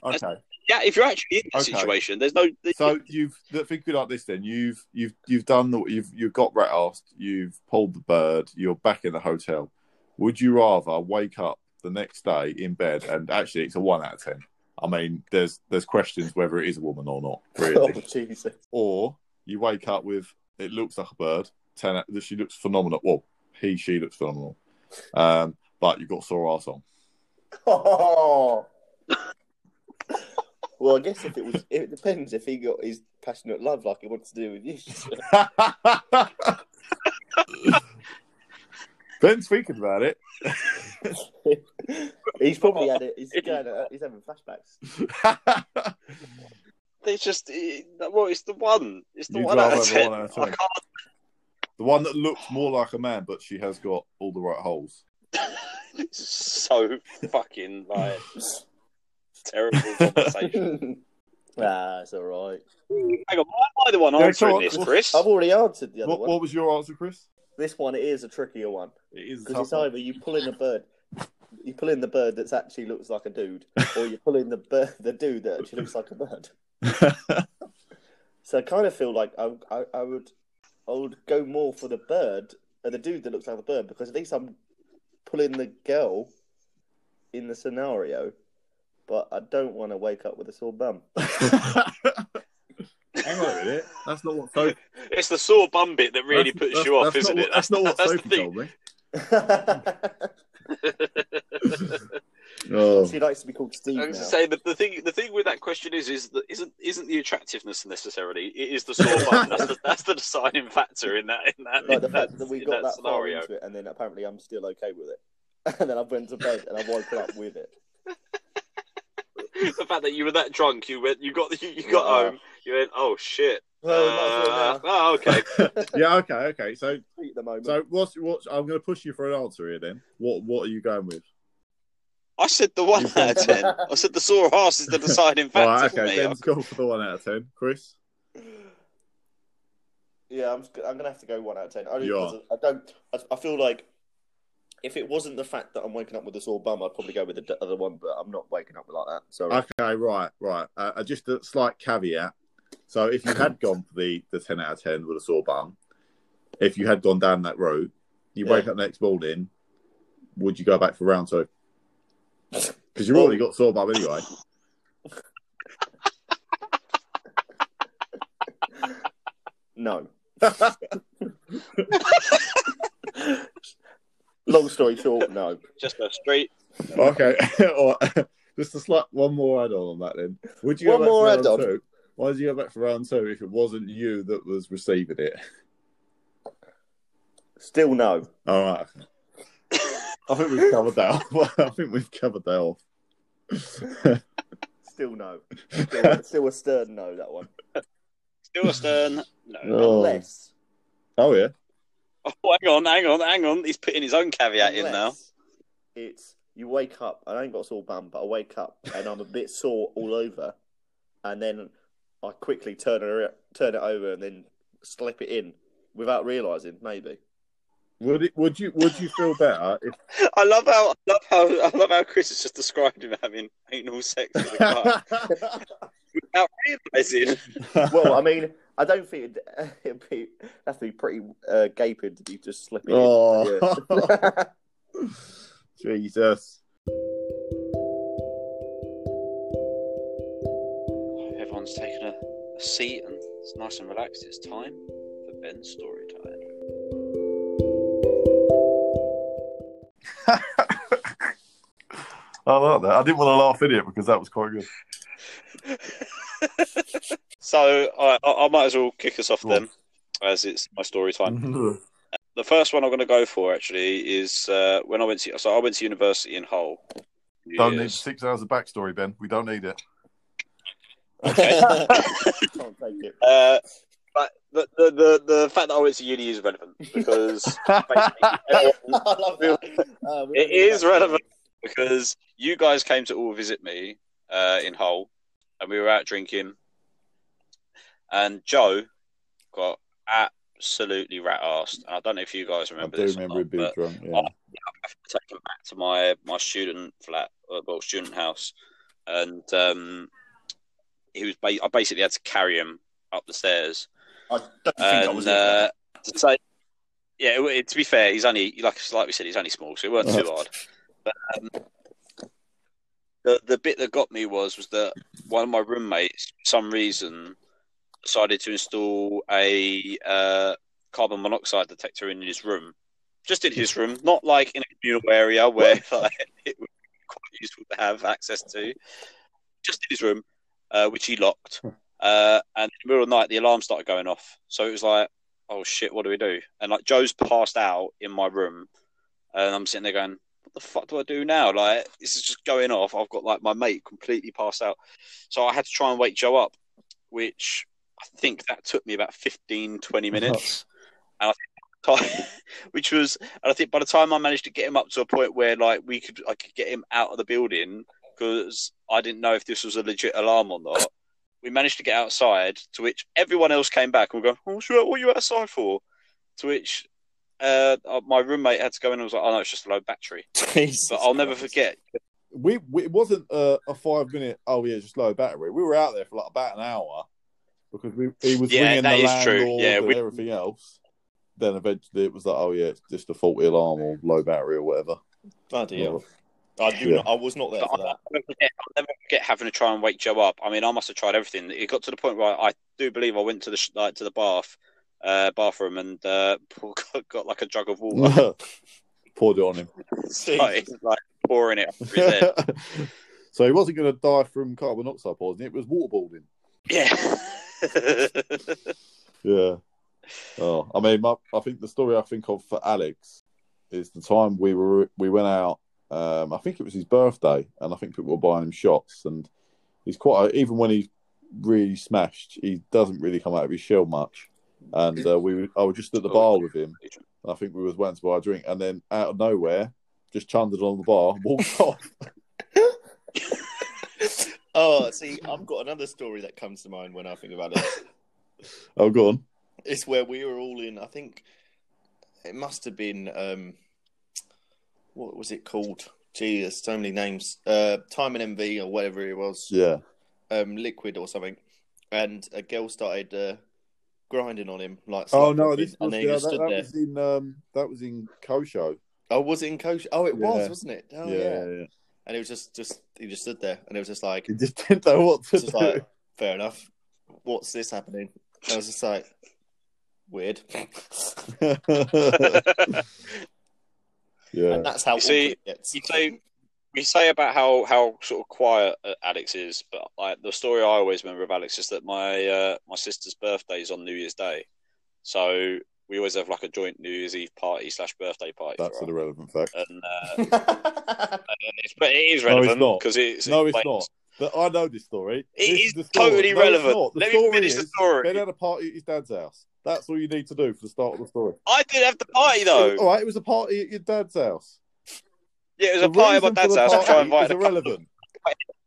Speaker 1: that's-
Speaker 2: okay.
Speaker 1: yeah, if you're actually in that
Speaker 2: Okay.
Speaker 1: situation, there's no.
Speaker 2: So you've the thing be like this. Then you've you've you've done the you've you've got rat assed. You've pulled the bird. You're back in the hotel. Would you rather wake up the next day in bed and actually it's a one out of ten? I mean, there's there's questions whether it is a woman or not.
Speaker 1: <laughs>
Speaker 2: Really.
Speaker 3: Oh Jesus! <laughs>
Speaker 2: or you wake up with it looks like a bird. Ten, she looks phenomenal. Well, he, she looks phenomenal. Um, but you've got sore ass <laughs> on.
Speaker 3: Oh. well, I guess if it was, it depends if he got his passionate love like he wants to do with you. <laughs>
Speaker 2: Ben's speaking about it. <laughs>
Speaker 3: he's probably had it. He's, going, uh, he's having
Speaker 1: <laughs>
Speaker 3: flashbacks. <laughs>
Speaker 1: It's just it, well, it's the one. It's the
Speaker 2: You'd
Speaker 1: one out,
Speaker 2: rather
Speaker 1: of
Speaker 2: have
Speaker 1: ten.
Speaker 2: one out of
Speaker 1: I
Speaker 2: 10.
Speaker 1: can't.
Speaker 2: the one that looks more like a man, but she has got all the right holes.
Speaker 1: <laughs> This is so fucking like terrible conversation.
Speaker 3: ah, it's all right.
Speaker 1: Hang on, why am I the one
Speaker 2: Yeah,
Speaker 1: answering
Speaker 2: come on.
Speaker 1: this, Chris?
Speaker 3: I've already answered the other
Speaker 2: What,
Speaker 3: one.
Speaker 2: what was your answer, Chris?
Speaker 3: This one is a trickier one
Speaker 2: It is a
Speaker 3: because it's
Speaker 2: tough one.
Speaker 3: either you pull in a bird, you pull in the bird that's actually looks like a dude, or you pull in the bird, the dude that actually looks like a bird. <laughs> So I kind of feel like I, I, I would I would go more for the bird, uh, the dude that looks like the bird, because at least I'm pulling the girl in the scenario, but I don't want to wake up with a sore bum. <laughs>
Speaker 2: Hang on a minute. That's not what Sophie.
Speaker 1: It's the sore bum bit that really
Speaker 2: that's-
Speaker 1: puts
Speaker 2: that's-
Speaker 1: you off,
Speaker 2: that's
Speaker 1: isn't it?
Speaker 2: not what- That's not what
Speaker 1: that's the
Speaker 2: Sophie
Speaker 1: thing.
Speaker 2: told me.
Speaker 3: she likes to be called Steve
Speaker 1: I
Speaker 3: now.
Speaker 1: was just saying that the thing the thing with that question is is that isn't isn't the attractiveness necessarily it is the sore bum that's the that's the deciding factor in that in that,
Speaker 3: like the
Speaker 1: in that,
Speaker 3: fact that we
Speaker 1: in
Speaker 3: got
Speaker 1: that
Speaker 3: that far
Speaker 1: scenario.
Speaker 3: into it, and then apparently I'm still okay with it, <laughs> and then I went to bed and I woke up with it.
Speaker 1: the fact that you were that drunk, you went you got you, you got
Speaker 3: Yeah.
Speaker 1: home, you went oh shit,
Speaker 3: Well, might as well
Speaker 1: uh,
Speaker 3: now.
Speaker 1: oh okay,
Speaker 2: <laughs> yeah. Okay. Okay. So,
Speaker 3: Sweet at the moment.
Speaker 2: so what's what's? I'm going to push you for an answer here. Then, what what are you going with?
Speaker 1: <laughs> I said the one out of ten. I said the sore ass is the deciding
Speaker 2: All
Speaker 1: factor.
Speaker 2: right.
Speaker 1: for me.
Speaker 2: Okay. Ben's gone for the one out of ten. Chris.
Speaker 3: Yeah, I'm. just- I'm gonna have to go one out of ten. Only
Speaker 2: You
Speaker 3: because I don't. I, I feel like if it wasn't the fact that I'm waking up with a sore bum, I'd probably go with the d- other one. But I'm not waking up like that. Sorry.
Speaker 2: Okay. Right. Right. Uh, uh, just a slight caveat. So, if you had gone for the the ten out of ten with a sore bum, if you had gone down that route, you
Speaker 3: Yeah.
Speaker 2: wake up next morning, would you go back for round two? Because you've already got sore bum anyway. <laughs>
Speaker 3: No. Long story short, no.
Speaker 1: Just a straight.
Speaker 2: <laughs> Okay. <laughs> All right. Just a slight one more add on on that then. Would you
Speaker 3: One
Speaker 2: go back
Speaker 3: more
Speaker 2: for round
Speaker 3: add-on.
Speaker 2: two? Why did you go back for round two if it wasn't you that was receiving it?
Speaker 3: Still no.
Speaker 2: All right. I think we've covered that off. <laughs> I think we've covered that off. <laughs> Oh.
Speaker 3: Still no. Still, still a stern no. That one.
Speaker 1: Still a stern. No.
Speaker 2: Oh.
Speaker 3: Unless.
Speaker 2: Oh yeah.
Speaker 1: <laughs> Oh, hang on, hang on, hang on. He's putting his own caveat in now.
Speaker 3: Unless It's you wake up. I ain't got a sore bum, but I wake up and I'm a bit sore all over, and then I
Speaker 4: I quickly turn it ar- turn it over and then slip it in without realizing. Maybe
Speaker 2: Would it? Would you? Would you feel better if?
Speaker 1: I love how I love how I love how Chris has just described him having anal sex with <laughs> a guy
Speaker 2: <laughs>
Speaker 1: without realizing.
Speaker 3: <laughs>
Speaker 4: well, I mean, I don't think it'd, <laughs> it'd be that'd be pretty uh, gaping to be just slipping. in. <laughs>
Speaker 3: <laughs>
Speaker 2: oh, <laughs> Jesus!
Speaker 1: Everyone's taken a, a seat and it's nice and relaxed. It's time for Ben's story time.
Speaker 2: I like that. I didn't want to laugh in it because that was quite good.
Speaker 1: <laughs> so I, I I might as well kick us off
Speaker 2: Go Mm-hmm.
Speaker 1: then, as it's my story time.
Speaker 2: <laughs>
Speaker 1: The first one I'm going to go for actually is uh, when I went to so I went to university in Hull.
Speaker 2: Don't need
Speaker 1: Yes.
Speaker 2: six hours of backstory, Ben. We don't need it.
Speaker 1: Okay.
Speaker 4: Can't take
Speaker 1: <laughs>
Speaker 4: it.
Speaker 1: Uh, but the, the the the fact that I went to uni is relevant <laughs> because
Speaker 2: <laughs>
Speaker 1: basically everyone-
Speaker 4: I love that. <laughs> Uh, we
Speaker 1: It
Speaker 4: don't need
Speaker 1: is
Speaker 4: that.
Speaker 1: relevant. because you guys came to all visit me uh, in Hull, and we were out drinking, and Joe got absolutely rat assed. I don't know if you guys remember this. or not, but
Speaker 2: drunk.
Speaker 1: yeah. taken back to my my student flat, uh, well, student house, and um, he was. Ba- I basically had to carry him up the stairs,
Speaker 4: I don't think I was.
Speaker 1: and
Speaker 4: there.
Speaker 1: uh, to say, yeah, it, to be fair, he's only like like we said, he's only small, so it weren't too hard. But um, the the bit that got me was was that one of my roommates, for some reason, decided to install a uh, carbon monoxide detector in his room, just in his room, not like in a communal area where <laughs> like, it would be quite useful to have access to, just in his room, uh, which he locked. Uh, and in the middle of the night, the alarm started going off. So it was like, oh shit, what do we do? And like Joe's passed out in my room, and I'm sitting there going, what the fuck do I do now? Like this is just going off. I've got like my mate completely passed out, so I had to try and wake Joe up, which I think that took me about 15, 20 minutes, and I think by the time, <laughs> which was, and I think by the time I managed to get him up to a point where like we could, I could get him out of the building because I didn't know if this was a legit alarm or not we managed to get outside, to which everyone else came back and we go, oh, what's you- what are you outside for? To which uh, uh, my roommate had to go in and was like, oh, no, it's just a low battery.
Speaker 3: <laughs> Jesus
Speaker 1: But I'll never
Speaker 3: Christ.
Speaker 1: forget.
Speaker 2: we, we it wasn't uh, a five minute. Oh yeah, just low battery. We were out there for like about an hour because we he was
Speaker 1: Yeah,
Speaker 2: ringing
Speaker 1: that
Speaker 2: the
Speaker 1: is true.
Speaker 2: landlord
Speaker 1: Yeah,
Speaker 2: and
Speaker 1: we-
Speaker 2: everything else. Then eventually it was like, oh yeah, it's just a faulty alarm or low battery or whatever. <laughs>
Speaker 3: Bloody hell. I do
Speaker 2: Yeah.
Speaker 3: not. I was not there
Speaker 1: But
Speaker 3: for
Speaker 1: I'll, <laughs>
Speaker 3: that.
Speaker 1: never forget I'll never forget having to try and wake Joe up. I mean, I must have tried everything. It got to the point where I do believe I went to the sh- like, to the bath, uh, bathroom and uh, <laughs> got, got like a jug of
Speaker 2: <laughs>
Speaker 1: water.
Speaker 2: Poured it on him.
Speaker 1: Started, like pouring it over his head.
Speaker 2: <laughs> so he wasn't going to die from carbon monoxide poisoning. It was waterboarding.
Speaker 1: Yeah.
Speaker 2: Yeah. Oh, I mean, my, I think the story I think of for Alex is the time we were we went out. Um, I think it was his birthday, and I think people were buying him shots. And he's quite a- even when he's really smashed, he doesn't really come out of his shell much. And uh, we, were- I was just at the bar with him. And I think we was waiting to buy a drink, and then out of nowhere, just chundered on the bar, <laughs> and walked off.
Speaker 3: oh, see, I've got another story that comes to mind when I think
Speaker 2: <laughs>
Speaker 3: about it.
Speaker 2: Oh, go on.
Speaker 3: it's where we were all in. I think it must have been um, what was it called? Gee, there's so many names. Uh, Time and MV or whatever it was.
Speaker 2: Yeah.
Speaker 3: Um, Liquid or something. And a girl started uh, grinding on him. Like,
Speaker 2: Oh
Speaker 3: slut
Speaker 2: no,
Speaker 3: gripping,
Speaker 2: this was,
Speaker 3: and he
Speaker 2: yeah, that,
Speaker 3: just stood
Speaker 2: that
Speaker 3: there.
Speaker 2: was in um, that was in Kosho.
Speaker 3: Oh, was it in coach? Oh, it
Speaker 2: Yeah.
Speaker 3: was, wasn't it? Oh, yeah.
Speaker 2: yeah, yeah.
Speaker 3: And it was just, just he just stood there, and it was
Speaker 2: <laughs>
Speaker 3: just like,
Speaker 2: He just didn't know what to
Speaker 3: It's just
Speaker 2: do.
Speaker 3: like, fair enough. What's this happening? I was just like, weird.
Speaker 2: <laughs> yeah.
Speaker 1: <laughs>
Speaker 3: And that's how
Speaker 1: You see,
Speaker 3: awkward it gets.
Speaker 1: you say we say about how how sort of quiet uh, Alex is, but like the story I always remember of Alex is that my uh, my sister's birthday is on New Year's Day, so we always have like a joint New Year's Eve party slash birthday party.
Speaker 2: That's
Speaker 1: for
Speaker 2: an
Speaker 1: her.
Speaker 2: irrelevant fact.
Speaker 1: and uh, it's, but it is
Speaker 2: No, it's
Speaker 1: relevant
Speaker 2: not.
Speaker 1: because it's
Speaker 2: no, it's
Speaker 1: explains-
Speaker 2: not. But I know this story.
Speaker 1: It
Speaker 2: This
Speaker 1: is
Speaker 2: the story.
Speaker 1: totally
Speaker 2: No, it's
Speaker 1: relevant.
Speaker 2: not. The
Speaker 1: Let me
Speaker 2: story
Speaker 1: finish the
Speaker 2: is,
Speaker 1: story.
Speaker 2: Ben had a party at his dad's house. That's all you need to do for the start of the story.
Speaker 1: I did have the party though.
Speaker 2: All right, it was a party at your dad's house.
Speaker 1: Yeah, it was a party at my dad's house. which I
Speaker 2: Is
Speaker 1: invited a couple of
Speaker 2: irrelevant.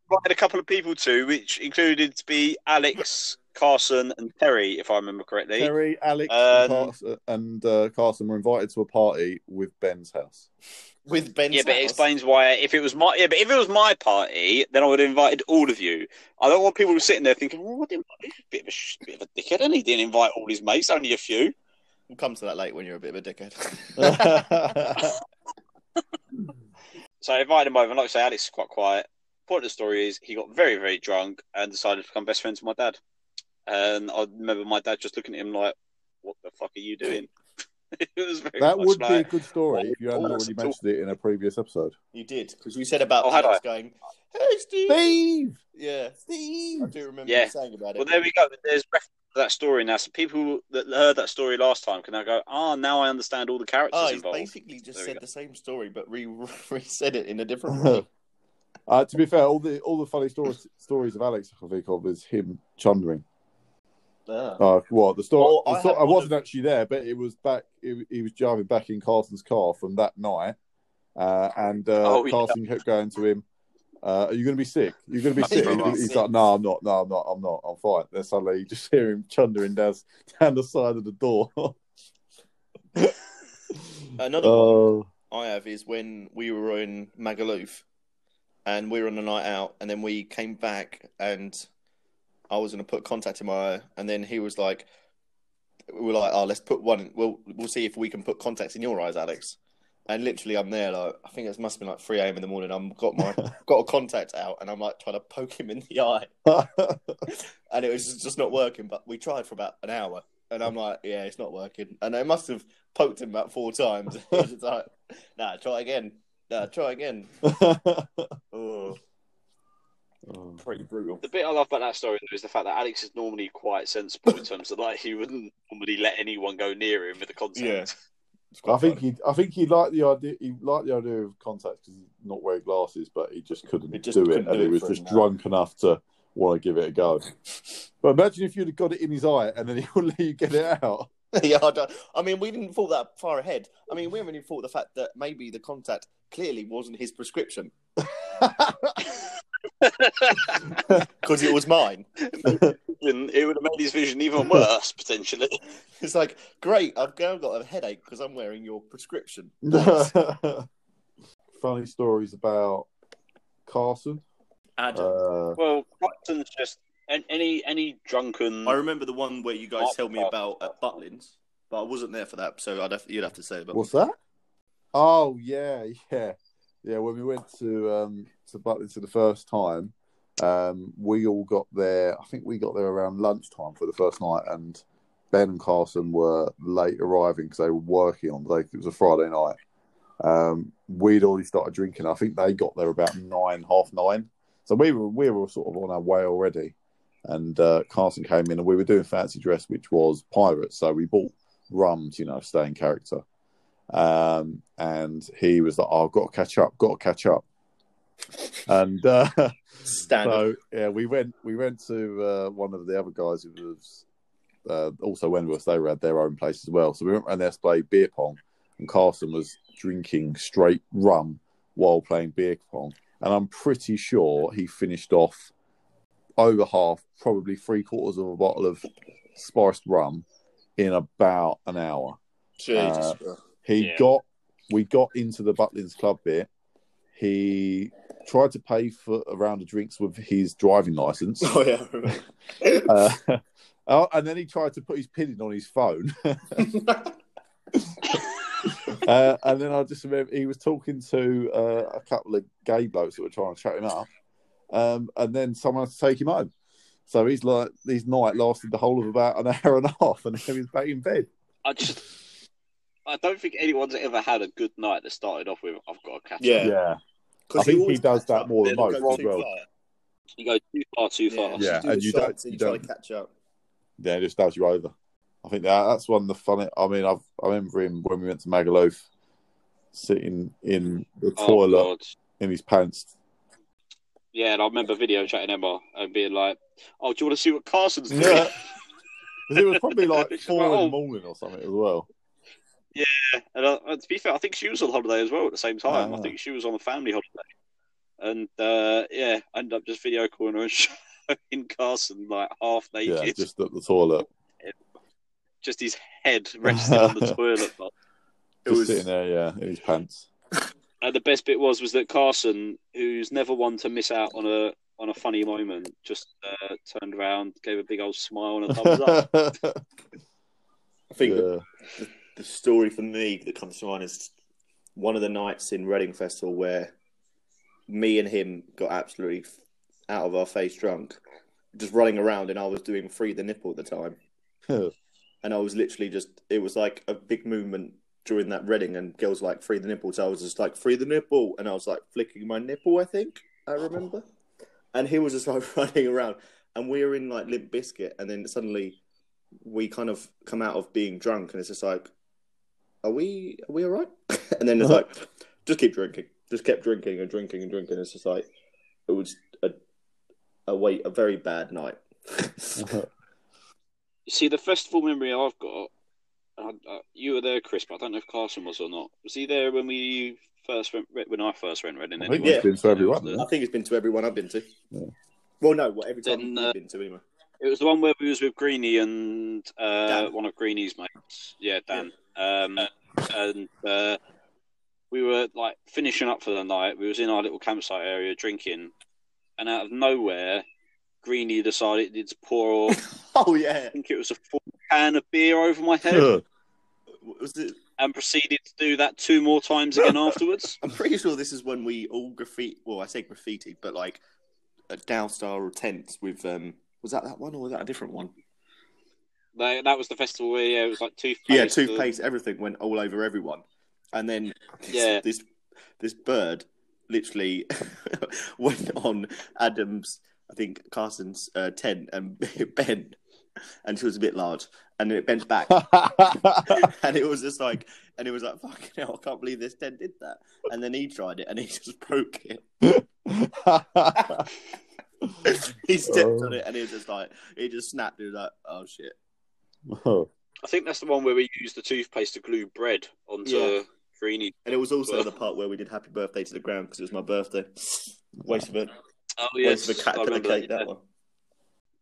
Speaker 1: invited a couple of people to, which included to be Alex, Carson, and Terry, if I remember correctly.
Speaker 2: Terry, Alex,
Speaker 1: Um,
Speaker 2: and, Carson, and uh, Carson were invited to a party with Ben's house.
Speaker 3: <laughs> with Ben.
Speaker 1: Yeah, but it explains why if it was my yeah, but if it was my party, then I would have invited all of you. I don't want people sitting there thinking, "Oh, well, what did, he's a bit of a, sh- bit of a dickhead, and he didn't invite all his mates, only a few.
Speaker 3: We'll come to that later when you're a bit of a dickhead.
Speaker 2: yeah,
Speaker 1: So I invited him over, and like I say, Alex is quite quiet. Point of the story is he got very, very drunk and decided to become best friends with my dad. And I remember my dad just looking at him like, "What the fuck are you doing?" <laughs> it was very
Speaker 2: that
Speaker 1: much
Speaker 2: would be a
Speaker 1: like,
Speaker 2: good story if you hadn't
Speaker 1: Oh,
Speaker 2: already
Speaker 1: that's-
Speaker 2: mentioned it in a previous episode.
Speaker 3: you did because you said about
Speaker 1: Oh, had
Speaker 3: Alex going, "Hey, Steve."
Speaker 2: Steve,
Speaker 3: Yeah,
Speaker 2: Steve.
Speaker 3: I do remember
Speaker 1: Yeah.
Speaker 3: you saying about it.
Speaker 1: Well, there we go. There's reference to that story now. So people that heard that story last time can now go, "Ah, now I understand all the characters
Speaker 3: Oh, he's
Speaker 1: involved."
Speaker 3: basically just
Speaker 1: There we
Speaker 3: said
Speaker 1: go.
Speaker 3: the same story, but re <laughs> re said it in a different way.
Speaker 2: Uh, to be fair, all the all the funny stories stories of Alex I can think of is him chundering. Uh, what the story?
Speaker 3: Oh,
Speaker 2: the
Speaker 3: I
Speaker 2: sto-
Speaker 3: had
Speaker 2: I,
Speaker 3: one
Speaker 2: wasn't actually there, but it was back. He, he was driving back in Carson's car from that night, uh, and uh,
Speaker 1: Oh, yeah.
Speaker 2: Carson kept going to him. Uh, are you going to be sick? You're
Speaker 3: <laughs>
Speaker 2: going to be
Speaker 1: Must
Speaker 2: sick.
Speaker 1: be right.
Speaker 2: He's like, no, I'm not. No, I'm not. I'm not. I'm fine. Then suddenly you just hear him chundering down down the side of the door. <laughs>
Speaker 3: Another
Speaker 2: Oh,
Speaker 3: one I have is when we were in Magaluf, and we were on a night out, and then we came back, and I was going to put contact in my, and then he was like, "We were like, oh, let's put one. We'll we'll see if we can put contacts in your eyes, Alex." And literally, I'm there. Like, I think it must have been like 3 a.m. in the morning. I'm got my got a contact out, and I'm like trying to poke him in the eye.
Speaker 2: Oh. <laughs>
Speaker 3: and it was just not working. But we tried for about an hour, and I'm like, yeah, it's not working. And I must have poked him about four times. <laughs> He was just like, nah, try again. Nah, try again. Oh, pretty brutal.
Speaker 1: The bit I love about that story though, is the fact that Alex is normally quite sensible in terms of like he wouldn't normally let anyone go near him with the concept.
Speaker 3: Yeah. It's quite
Speaker 2: I think
Speaker 3: funny. <laughs>
Speaker 2: he, I think he liked the idea. He liked the idea of contacts because he's not wearing glasses, but he just couldn't
Speaker 3: He just
Speaker 2: do it,
Speaker 3: couldn't
Speaker 2: and
Speaker 3: do
Speaker 2: he
Speaker 3: it
Speaker 2: was
Speaker 3: for
Speaker 2: just
Speaker 3: him, no.
Speaker 2: drunk enough to want to give it a
Speaker 3: <laughs>
Speaker 2: go. but imagine if you'd have got it in his eye, and then <laughs> he wouldn't let you get it
Speaker 3: <laughs>
Speaker 2: out.
Speaker 3: yeah, I, don't, I mean, we didn't thought that far ahead. I mean, we haven't even thought the fact that maybe the contact clearly wasn't his
Speaker 2: <laughs>
Speaker 3: prescription <laughs> because it was mine.
Speaker 1: <laughs> And it would have made his vision even worse potentially.
Speaker 3: It's like, great, I've now got a headache because I'm wearing your
Speaker 2: <laughs>
Speaker 3: prescription.
Speaker 2: Funny stories about Carson.
Speaker 3: Adam.
Speaker 2: Uh,
Speaker 1: <laughs> Well, Clapton's just an- any any drunken.
Speaker 2: Mm.
Speaker 3: I remember the one where you guys
Speaker 1: Oh,
Speaker 3: told me
Speaker 1: oh.
Speaker 3: about at Butlins, but I wasn't there for that, so I'd have, you'd have to say about.
Speaker 2: what's that? Oh yeah, yeah, yeah. When we went to um, to Butlins for the first time, um, we all got there. I think we got there around lunchtime for the first night, and Ben and Carson were late arriving because they were working on. Like it was a Friday night. Um, we'd already started drinking. I think they got there about nine, half nine. So we were we were sort of on our way already. And uh, Carson came in, and we were doing fancy dress, which was pirates. So we bought rums, you know, stay in character. Um, and he was like, oh, "I've got to catch up, got to catch up." And uh, <laughs> so
Speaker 3: Standard.
Speaker 2: yeah, we went we went to uh, one of the other guys who was uh, also went with us. They had their own place as well, so we went round there to play beer pong, and Carson was drinking straight rum while playing beer pong, and I'm pretty sure he finished off over half, probably three quarters of a bottle of spiced rum in about an hour.
Speaker 3: Jesus.
Speaker 2: uh, <laughs> He
Speaker 1: Yeah.
Speaker 2: got we got into the Butlins Club bit. He tried to pay for a round of drinks with his driving
Speaker 3: <laughs>
Speaker 2: license.
Speaker 3: oh yeah. I remember.
Speaker 2: Uh, <laughs> oh, and then he tried to put his pin in on his phone. <laughs> Uh, and then I just remember he was talking to uh, a couple of gay blokes that were trying to chat him up. Um, and then someone had to take him home. So he's like, his night lasted the whole of about an <laughs> hour and a half, and then he was back in bed.
Speaker 1: I just. I don't think anyone's ever had a good night that started off with "I've got a catch."
Speaker 2: I
Speaker 3: Yeah. <laughs> 'Cause
Speaker 2: think he
Speaker 3: always
Speaker 2: does
Speaker 3: catch
Speaker 2: that
Speaker 3: up,
Speaker 2: more
Speaker 3: then
Speaker 2: than
Speaker 3: goes
Speaker 2: most
Speaker 3: too
Speaker 2: as well.
Speaker 3: far.
Speaker 1: You go too far, too far.
Speaker 2: Yeah.
Speaker 3: you do
Speaker 2: and
Speaker 3: the
Speaker 2: you don't-
Speaker 3: shots and
Speaker 2: you
Speaker 3: try
Speaker 2: don't-
Speaker 3: to catch up.
Speaker 2: Yeah, it just does you over. I think that, that's one of the funny. I mean, I've, I remember him when we went to Magaluf, sitting in the
Speaker 1: Oh,
Speaker 2: toilet
Speaker 1: God.
Speaker 2: in his pants.
Speaker 1: Yeah, and I remember video chatting Emma and being like, "Oh, do you want to see what Carson's doing?"
Speaker 2: Yeah. 'Cause it was
Speaker 1: <laughs>
Speaker 2: probably like
Speaker 1: It's
Speaker 2: four in
Speaker 1: like,
Speaker 2: the
Speaker 1: oh.
Speaker 2: morning or something as well.
Speaker 1: And uh, to be fair, I think she was on holiday as well at the same time. I
Speaker 2: Ah.
Speaker 1: think she was on a family holiday. and uh, yeah, I ended up just video calling her and <laughs> showing Carson like half naked,
Speaker 2: Yeah,
Speaker 1: just...
Speaker 2: just at the toilet.
Speaker 1: his head resting on
Speaker 2: <laughs>
Speaker 1: the toilet bowl.
Speaker 3: It
Speaker 2: just
Speaker 3: was-
Speaker 2: sitting there, yeah, in his pants.
Speaker 1: And the best bit was was that Carson, who's never one to miss out on a on a funny moment, just uh, turned around, gave a big old smile and a <laughs> thumbs
Speaker 2: <laughs>
Speaker 1: up.
Speaker 3: I think
Speaker 2: yeah.
Speaker 3: the story for me that comes to mind is one of the nights in Reading Festival where me and him got absolutely f- out of our face drunk, just running around, and I was doing free the nipple at the time,
Speaker 1: <laughs>
Speaker 3: and I was literally just it was like a big movement during that Reading, and girls were like free the nipple, so I was just like free the nipple, and I was like flicking my nipple, I think I remember, and he was just like <laughs> running around, and we were in like Limp Biscuit, and then suddenly we kind of come out of being drunk and it's just like are we are we all right <laughs> and then it's like just keep drinking just kept drinking and drinking and drinking it's just like it was a a wait a very bad night <laughs>
Speaker 1: You see, the festival memory I've got, and I, I, you were there, Chris, but I don't know if Carson was or not. Was he there when we first went? When I first went Reading,
Speaker 2: I think
Speaker 1: anyway?
Speaker 2: it's been for everyone.
Speaker 1: Yeah.
Speaker 2: <laughs>
Speaker 3: i
Speaker 2: isn't
Speaker 3: think it's been to everyone i've been to
Speaker 2: Yeah.
Speaker 3: well no what every time
Speaker 1: Then,
Speaker 3: you've
Speaker 1: uh,
Speaker 3: been to anyway
Speaker 1: It was the one where we was with Greeny and uh,
Speaker 3: Dan.
Speaker 1: one of Greeny's mates. Yeah, Dan. Um, and uh, we were like finishing up for the night. We was in our little campsite area drinking, and out of nowhere, Greeny decided to pour. I
Speaker 3: oh yeah
Speaker 1: think it was a full can of beer over my
Speaker 2: it?
Speaker 1: head,
Speaker 3: was it
Speaker 1: and proceeded to do that two more times again afterwards.
Speaker 3: i'm pretty sure this is when we all graffiti well i say graffiti but like a doused our tents with um was that that one or was that a different one
Speaker 1: They, that was the festival where yeah, it was like toothpaste.
Speaker 3: yeah,
Speaker 1: the-
Speaker 3: toothpaste, everything went all over everyone, and then this
Speaker 1: Yeah.
Speaker 3: this, this bird literally <laughs> went on Adam's, I think Carson's uh, tent, and <laughs> it bent, and she was a bit large, and it bent back, and it was just like, and it was like, fucking hell, I can't believe this tent did that, and then he tried it, and he <laughs> just broke it. he stepped
Speaker 2: Oh.
Speaker 3: on it, and he was just like, he just snapped. He was like, oh shit.
Speaker 1: I think that's the one where we used the toothpaste to glue bread onto
Speaker 3: Yeah.
Speaker 1: Greeny.
Speaker 3: And it was also
Speaker 1: Well-
Speaker 3: the part where we did happy birthday to the ground because it was my birthday. Waste of a
Speaker 1: Oh yes,
Speaker 3: waste of a
Speaker 1: I
Speaker 3: caterpillar
Speaker 1: remember
Speaker 3: cake
Speaker 1: yeah.
Speaker 3: that one.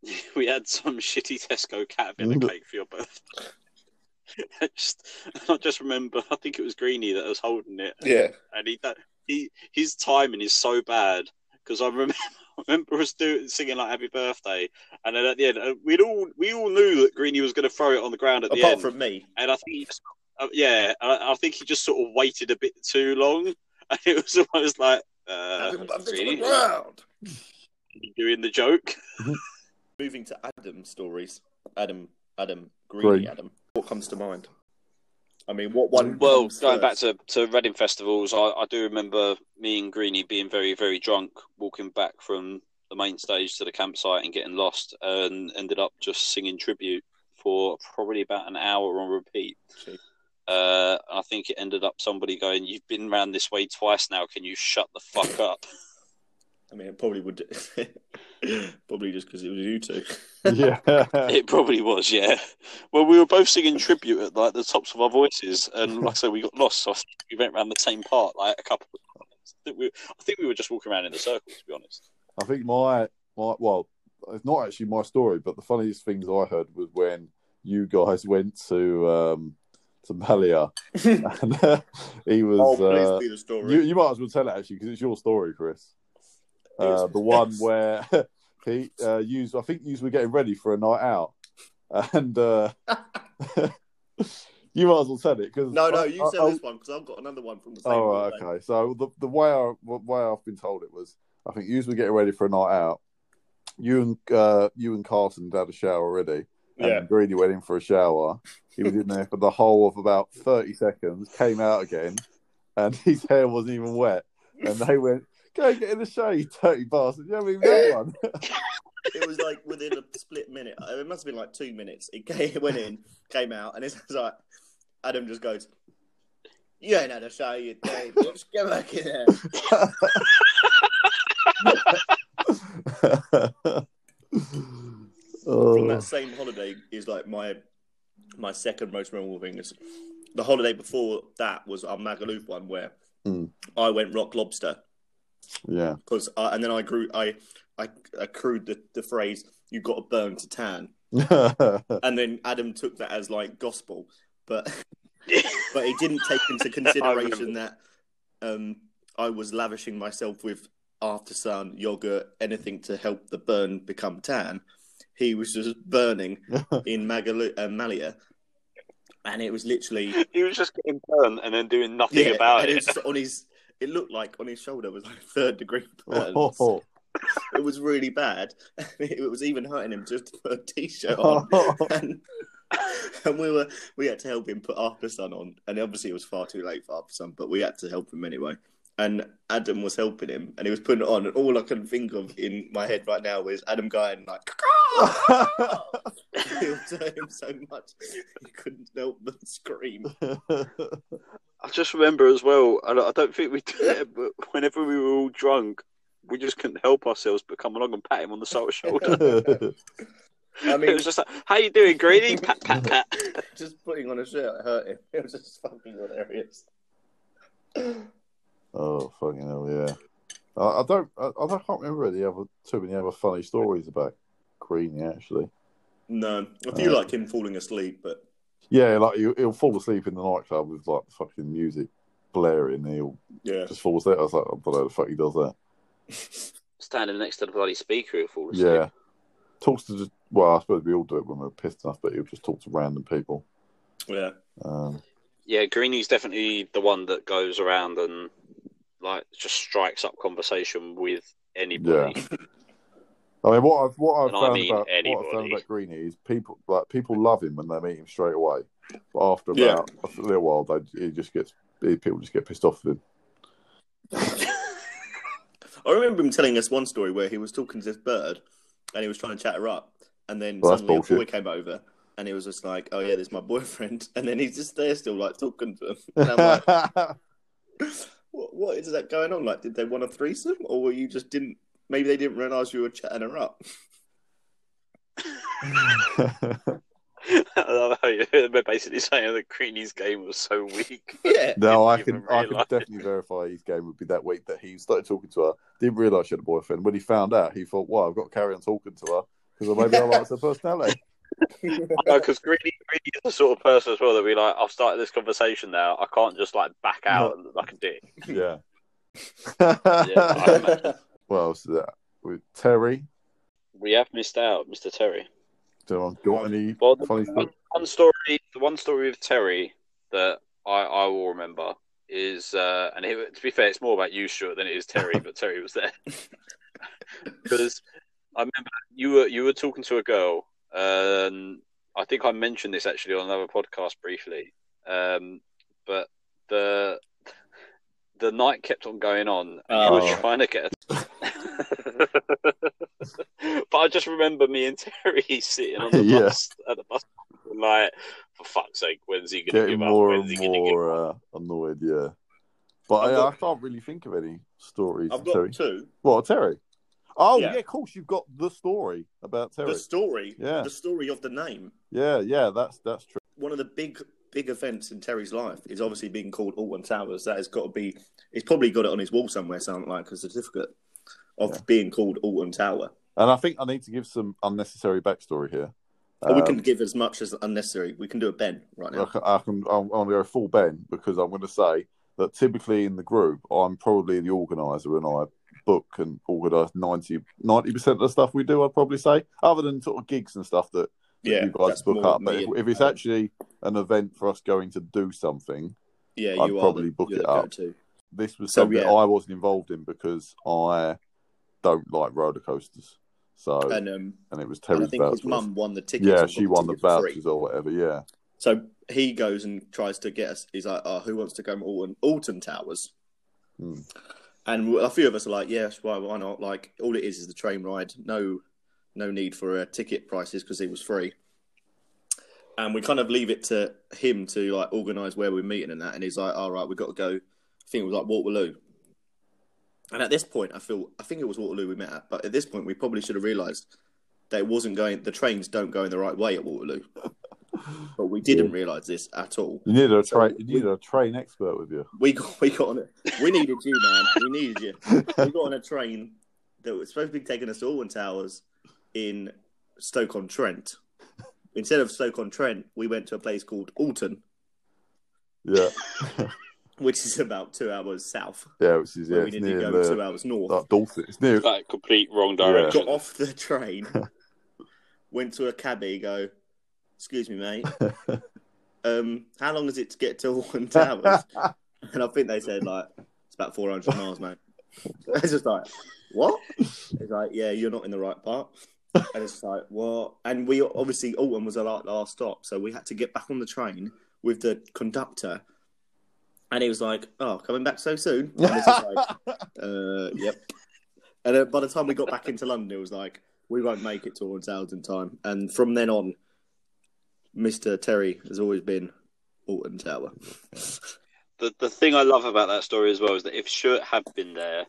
Speaker 1: <laughs> we had some shitty Tesco caterpillar
Speaker 2: Mm.
Speaker 1: cake for your birthday. <laughs> I just, I just remember, I think it was Greeny that was holding it,
Speaker 3: Yeah,
Speaker 1: and he, don't- he his timing is so bad because I remember, <laughs> I remember us doing singing like "Happy Birthday," and then at the end, uh, we'd all we all knew that Greeny was going to throw it on the ground at the
Speaker 3: apart
Speaker 1: end,
Speaker 3: from me.
Speaker 1: and I think he just, uh, yeah, I, I think he just sort of waited a bit too long, <laughs> and it was almost like, uh, Greeny, you doing the joke.
Speaker 3: Moving to Adam stories. Adam, Adam, Greeny,
Speaker 2: Green.
Speaker 3: Adam. What comes to mind? I mean, what one?
Speaker 1: Well,
Speaker 3: comes
Speaker 1: going back
Speaker 3: first?
Speaker 1: to, to Reading festivals, I, I do remember me and Greeny being very, very drunk, walking back from the main stage to the campsite and getting lost, and ended up just singing tribute for probably about an hour on repeat.
Speaker 3: Gee.
Speaker 1: Uh, I think it ended up somebody going, "You've been round this way twice now. Can you shut the fuck up?"
Speaker 3: I mean, it probably would. <laughs> probably just because it was you two.
Speaker 2: <laughs>
Speaker 1: <laughs>
Speaker 2: yeah.
Speaker 1: it probably was, yeah. Well, we were both singing tribute at like the tops of our voices, <laughs> and like I said, we got lost. So I think we went round the same part like a couple. of times. I think we, I think we were just walking around in a circle, to be honest.
Speaker 2: I think my my well, it's not actually my story, but the funniest things I heard was when you guys <laughs> went to um to Malia, <laughs>
Speaker 3: <laughs>
Speaker 2: and uh, he
Speaker 3: oh,
Speaker 2: was.
Speaker 3: please
Speaker 2: uh,
Speaker 3: be the story.
Speaker 2: you, you might as well tell it actually because it's your story, Chris. Uh,
Speaker 3: Yes.
Speaker 2: the one where <laughs> he uh, used, I think you were getting ready for a night out, <laughs> and
Speaker 3: <laughs>
Speaker 2: uh, <laughs> you might as well tell it because
Speaker 3: no, no, you sell this one because I've got another one from the same.
Speaker 2: Oh, right,
Speaker 3: day.
Speaker 2: okay. So the the way I the way I've been told it was, I think you were getting ready for a night out. You and uh, you and Carson had had a shower already, and
Speaker 3: Yeah.
Speaker 2: Greedy went in for a shower. He was in there for the whole of about thirty seconds. Came out again, and <laughs> his hair wasn't even wet. And they went, "Go and get in the shade, dirty bastard! You haven't even got one."
Speaker 3: it was like within a split minute. uh, It must have been like two minutes. It came, <laughs> it went in, came out, and it's <laughs> like Adam just goes, "You ain't had a show, you day. Just get back in
Speaker 2: <laughs>
Speaker 3: there." From
Speaker 2: <laughs> Oh.
Speaker 3: that same holiday is like my my second most memorable thing. Is the holiday before that was our Magaluf one where
Speaker 2: Mm.
Speaker 3: I went rock lobster,
Speaker 2: Yeah. <laughs>
Speaker 3: because uh, and then I grew I I accrued the, the phrase "you got to burn to tan," and then Adam took that as like gospel, but but he didn't take
Speaker 1: <laughs>
Speaker 3: into consideration that um, I was lavishing myself with after sun yogurt, anything to help the burn become tan. He was just burning in Magal- uh, Malia, and it was literally
Speaker 1: <laughs> he was just getting burned and then doing nothing about
Speaker 3: and
Speaker 1: it.
Speaker 3: was just on his. It looked like on his shoulder was like third degree burns.
Speaker 2: Oh.
Speaker 3: It was really bad. <laughs> It was even hurting him just to put a t-shirt
Speaker 1: Oh.
Speaker 3: on. and, and we were we had to help him put after sun on, and obviously it was far too late for after sun, but we had to help him anyway. And Adam was helping him, and he was putting it on, and all I can think of in my head right now is Adam going like, <laughs>
Speaker 1: <laughs>
Speaker 3: it was hurting him so much he couldn't help but scream.
Speaker 1: I just remember as well, and I don't think we did it, but whenever we were all drunk, we just couldn't help ourselves but come along and pat him on the sort of <laughs> shoulder.
Speaker 3: I mean-
Speaker 1: it <laughs> was just like, "How you doing, Greeny?" Pat,
Speaker 3: <laughs>
Speaker 1: pat, pat.
Speaker 3: Just putting on a shirt hurt him. <laughs> It was just fucking hilarious.
Speaker 2: <laughs> oh fucking hell! Yeah. I, I don't. I, I can't remember the other too many other funny stories about Greeny actually.
Speaker 3: No, I do
Speaker 2: Uh,
Speaker 3: like him falling asleep, but
Speaker 2: Yeah, like you, he'll fall asleep in the nightclub with like fucking music blaring. And he'll
Speaker 3: yeah,
Speaker 2: just fall asleep. I was like, I don't know how the fuck he does that.
Speaker 1: Standing next to the bloody speaker, he'll fall asleep.
Speaker 2: Yeah. Talks to just, well, I suppose we all do it when we're pissed enough, but he'll just talk to random people.
Speaker 3: yeah.
Speaker 2: Um,
Speaker 1: Yeah, Greeny's definitely the one that goes around and like just strikes up conversation with anybody.
Speaker 2: I mean, what I've what I've
Speaker 1: And I
Speaker 2: found
Speaker 1: mean
Speaker 2: about what I've
Speaker 1: anybody.
Speaker 2: found about Greeny is people like people love him when they meet him straight away, but after
Speaker 3: Yeah.
Speaker 2: about a little while, they he just gets he, people just get pissed off with him.
Speaker 3: I remember him telling us one story where he was talking to this bird, and he was trying to chat her up, and then
Speaker 2: Well, that's
Speaker 3: suddenly a boy
Speaker 2: bullshit.
Speaker 3: came over, and he was just like, "Oh yeah, there's my boyfriend," <laughs> and then he's just there still like talking to him. And I'm
Speaker 2: <laughs>
Speaker 3: like, what, what is that going on? Like, did they want a threesome, or were you just didn't? Maybe they didn't realize you were chatting her up.
Speaker 1: <laughs>
Speaker 3: <laughs>
Speaker 1: I love how you- <laughs> They're basically saying that Greeny's game was so <laughs> weak.
Speaker 2: <laughs>
Speaker 3: yeah,
Speaker 2: no, I
Speaker 1: Didn't
Speaker 2: can
Speaker 1: even
Speaker 2: I can
Speaker 1: realise.
Speaker 2: definitely verify his game would be that weak that he started talking to her, didn't realise she had a boyfriend. When he found out, he thought, "Well, I've got to carry on talking to her because maybe I like her
Speaker 3: <laughs>
Speaker 2: personality."
Speaker 1: Because Greeny, Greeny is the sort of person as well that we like. I've started this conversation now. I can't just like back out and look like a dick.
Speaker 2: yeah.
Speaker 1: Yeah.
Speaker 2: <laughs> What else is that with Terry?
Speaker 1: We have missed out, Mr. Terry.
Speaker 2: Do I got any
Speaker 1: Well,
Speaker 2: funny
Speaker 1: the
Speaker 2: stuff?
Speaker 1: one, one story, the one story of Terry that I, I will remember is, uh, and it, to be fair, it's more about you, Stuart, than it is Terry,
Speaker 2: <laughs>
Speaker 1: but Terry was there <laughs> because I remember you were you were talking to a girl. Um, I think I mentioned this actually on another podcast briefly, um, but the the night kept on going on, and you
Speaker 2: Oh.
Speaker 1: were trying to get. A... <laughs> but I just remember me and Terry <laughs> sitting on the
Speaker 2: <laughs> Yeah.
Speaker 1: bus at the bus stop, like, for fuck's sake, when's he going to
Speaker 2: Getting
Speaker 1: give up?
Speaker 2: more
Speaker 1: When's
Speaker 2: and
Speaker 1: he gonna give
Speaker 2: more uh, annoyed, yeah. But
Speaker 3: I've
Speaker 2: I,
Speaker 3: got-
Speaker 2: I can't really think of any stories.
Speaker 3: <laughs> I've
Speaker 2: of
Speaker 3: got
Speaker 2: Terry.
Speaker 3: two.
Speaker 2: Well, Terry. Oh yeah.
Speaker 3: Yeah.
Speaker 2: of course you've got the story about Terry.
Speaker 3: The story,
Speaker 2: Yeah.
Speaker 3: the story of the name.
Speaker 2: Yeah, yeah, that's that's true.
Speaker 3: one of the big big events in Terry's life is obviously being called Alton Towers. That has got to be. He's probably got it on his wall somewhere, something like a certificate of
Speaker 2: Yeah.
Speaker 3: being called Alton Tower.
Speaker 2: And I think I need to give some unnecessary backstory here.
Speaker 3: But we
Speaker 2: Um,
Speaker 3: can give as much as unnecessary. We can do a Ben right
Speaker 2: I
Speaker 3: now.
Speaker 2: can, I can I'm, I'm going to go full Ben because I'm going to say that typically in the group, I'm probably the organizer and I book and organize 90, 90% of the stuff we do, I'd probably say, other than sort of gigs and stuff that, that
Speaker 3: Yeah,
Speaker 2: you guys
Speaker 3: that's
Speaker 2: book
Speaker 3: more
Speaker 2: up. But
Speaker 3: me
Speaker 2: if,
Speaker 3: and-
Speaker 2: if it's actually an event for us going to do something,
Speaker 3: Yeah,
Speaker 2: I'd
Speaker 3: you
Speaker 2: probably
Speaker 3: are the,
Speaker 2: book
Speaker 3: you're
Speaker 2: it
Speaker 3: the
Speaker 2: up.
Speaker 3: go-to.
Speaker 2: this was
Speaker 3: So,
Speaker 2: something
Speaker 3: yeah.
Speaker 2: I wasn't involved in because I don't like roller coasters. So, and,
Speaker 3: And um,
Speaker 2: it was
Speaker 3: and I
Speaker 2: Terry's
Speaker 3: think his
Speaker 2: vouchers.
Speaker 3: mum won the tickets.
Speaker 2: yeah,
Speaker 3: and
Speaker 2: she
Speaker 3: got
Speaker 2: won the
Speaker 3: ticket for free.
Speaker 2: vouchers or whatever. Yeah.
Speaker 3: So he goes and tries to get us. He's like, "Oh, who wants to go to Alton, Alton Towers?"
Speaker 2: Hmm.
Speaker 3: And a few of us are like, "Yes, why? Why not?" Like, all it is is the train ride. No, no need for uh, ticket prices because it was free. And we kind of leave it to him to like organise where we're meeting and that. And he's like, "All right, we've got to go." I think it was like Waterloo. And at this point, I feel I think it was Waterloo we met at. But at this point, we probably should have realised that it wasn't going. The trains don't go in the right way at Waterloo. but we didn't realize this at all.
Speaker 2: You need a
Speaker 3: So
Speaker 2: train. You need a train expert with you.
Speaker 3: We got, we got on it. We needed you, man. We needed you. <laughs> We got on a train that was supposed to be taking us to Alwyn Towers in Stoke on Trent. Instead of Stoke on Trent, we went to a place called Alton,
Speaker 2: yeah,
Speaker 3: which is about two hours south.
Speaker 2: yeah, which is yeah,
Speaker 3: where we
Speaker 2: it's
Speaker 3: need to
Speaker 2: near
Speaker 3: go two
Speaker 2: the,
Speaker 3: hours north.
Speaker 2: like Dorset. It's near.
Speaker 1: Like complete wrong
Speaker 2: Yeah.
Speaker 1: direction.
Speaker 3: got off
Speaker 2: <laughs>
Speaker 3: the train, went to a cabbie, go, excuse me,
Speaker 2: <laughs>
Speaker 3: mate. Um, how long is it to get to
Speaker 2: <laughs>
Speaker 3: Alwyn Towers? and I think they said like it's about four hundred miles, mate. <laughs> It's just like what? It's like yeah, you're not in the right part. And it's like what? And we obviously Alton was our la- last stop, so we had to get back on the train with the conductor. And he was like, "Oh, coming back so soon?" And it's just
Speaker 2: <laughs>
Speaker 3: like, uh, "Yep." And uh, by the time we got back into London, it was like, "We won't make it towards Alton in time." And from then on, Mister Terry has always been Alton Tower.
Speaker 1: the the thing I love about that story as well is that if Shirt had been there,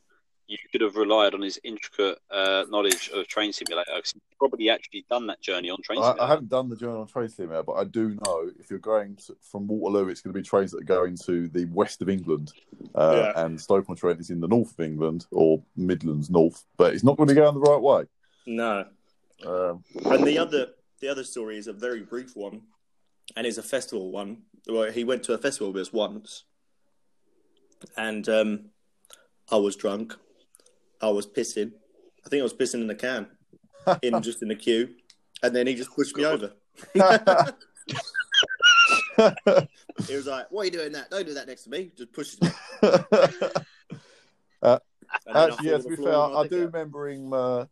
Speaker 1: you could have relied on his intricate uh, knowledge of train simulator 'cause he's probably actually done that journey on train
Speaker 2: I,
Speaker 1: simulator.
Speaker 2: I haven't done the journey on train simulator, but I do know if you're going to, from Waterloo, it's going to be trains that go into the west of England, uh, and Stoke on Trent is in the north of England or Midlands north, but it's not going to go in the right way.
Speaker 3: No, <laughs>
Speaker 2: Um,
Speaker 3: And the other the other story is a very brief one, and is a festival one. Well, he went to a festival with us once, and um, I was drunk. I was pissing. I think I was pissing in a can,
Speaker 2: <laughs>
Speaker 3: in just in the queue, and then he just pushed me over. He was like, "What are you doing that? Don't do that next to me." Just
Speaker 2: <laughs>
Speaker 3: pushes me. And then I
Speaker 2: Actually, yeah, to
Speaker 3: fall on the
Speaker 2: be
Speaker 3: floor
Speaker 2: fair,
Speaker 3: and
Speaker 2: I
Speaker 3: think
Speaker 2: do
Speaker 3: it.
Speaker 2: remember him. Uh,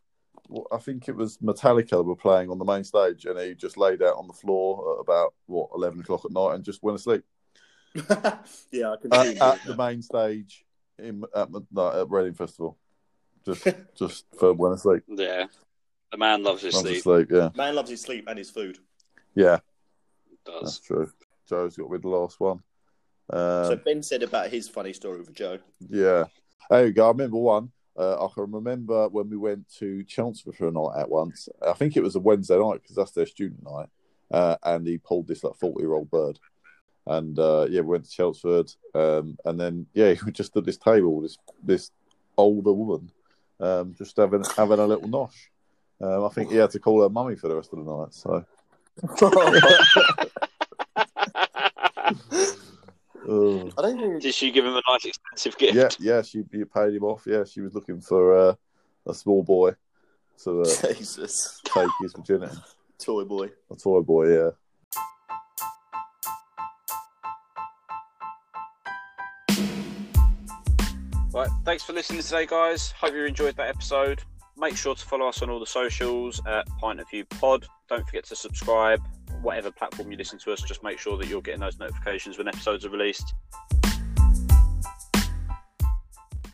Speaker 2: well, I think it was Metallica that were playing on the main stage, and he just laid out on the floor at about what eleven o'clock at night and just went to sleep
Speaker 3: yeah, I <laughs> can
Speaker 2: at,
Speaker 3: see. him
Speaker 2: at
Speaker 3: doing
Speaker 2: the
Speaker 3: that.
Speaker 2: main stage in at, Met- no, at Reading Festival. Just, just for when I sleep,
Speaker 1: Yeah, the man loves his
Speaker 2: Went to
Speaker 1: sleep.
Speaker 2: sleep. Yeah,
Speaker 3: Man loves his sleep and his food.
Speaker 2: yeah, that's
Speaker 1: Does <laughs>
Speaker 2: true. Joe's got with the last one. Um,
Speaker 3: so Ben said about his funny story with Joe.
Speaker 2: Yeah. There you go. I remember one. Uh, I can remember when we went to Chelmsford for a night at once. I think it was a Wednesday night because that's their student night. Uh, and he pulled this like 40 year old bird. And uh, yeah, we went to Chelmsford. Um, and then, yeah, <laughs> we just at this table, this this older woman, um, just having having a little nosh. Um, I think he had to call her mummy for the rest of the night. So, <laughs> Ugh.
Speaker 5: I don't think
Speaker 1: did she give him a nice expensive <laughs> gift?
Speaker 2: yeah, yeah, she you paid him off. Yeah, she was looking for uh, a small boy to uh,
Speaker 3: <laughs> Jesus,
Speaker 2: take his virginity.
Speaker 3: toy boy.
Speaker 2: A toy boy, yeah.
Speaker 1: Right, thanks for listening today, guys. Hope you enjoyed that episode. Make sure to follow us on all the socials at Pint of View Pod. Don't forget to subscribe, whatever platform you listen to us. Just make sure that you're getting those notifications when episodes are released.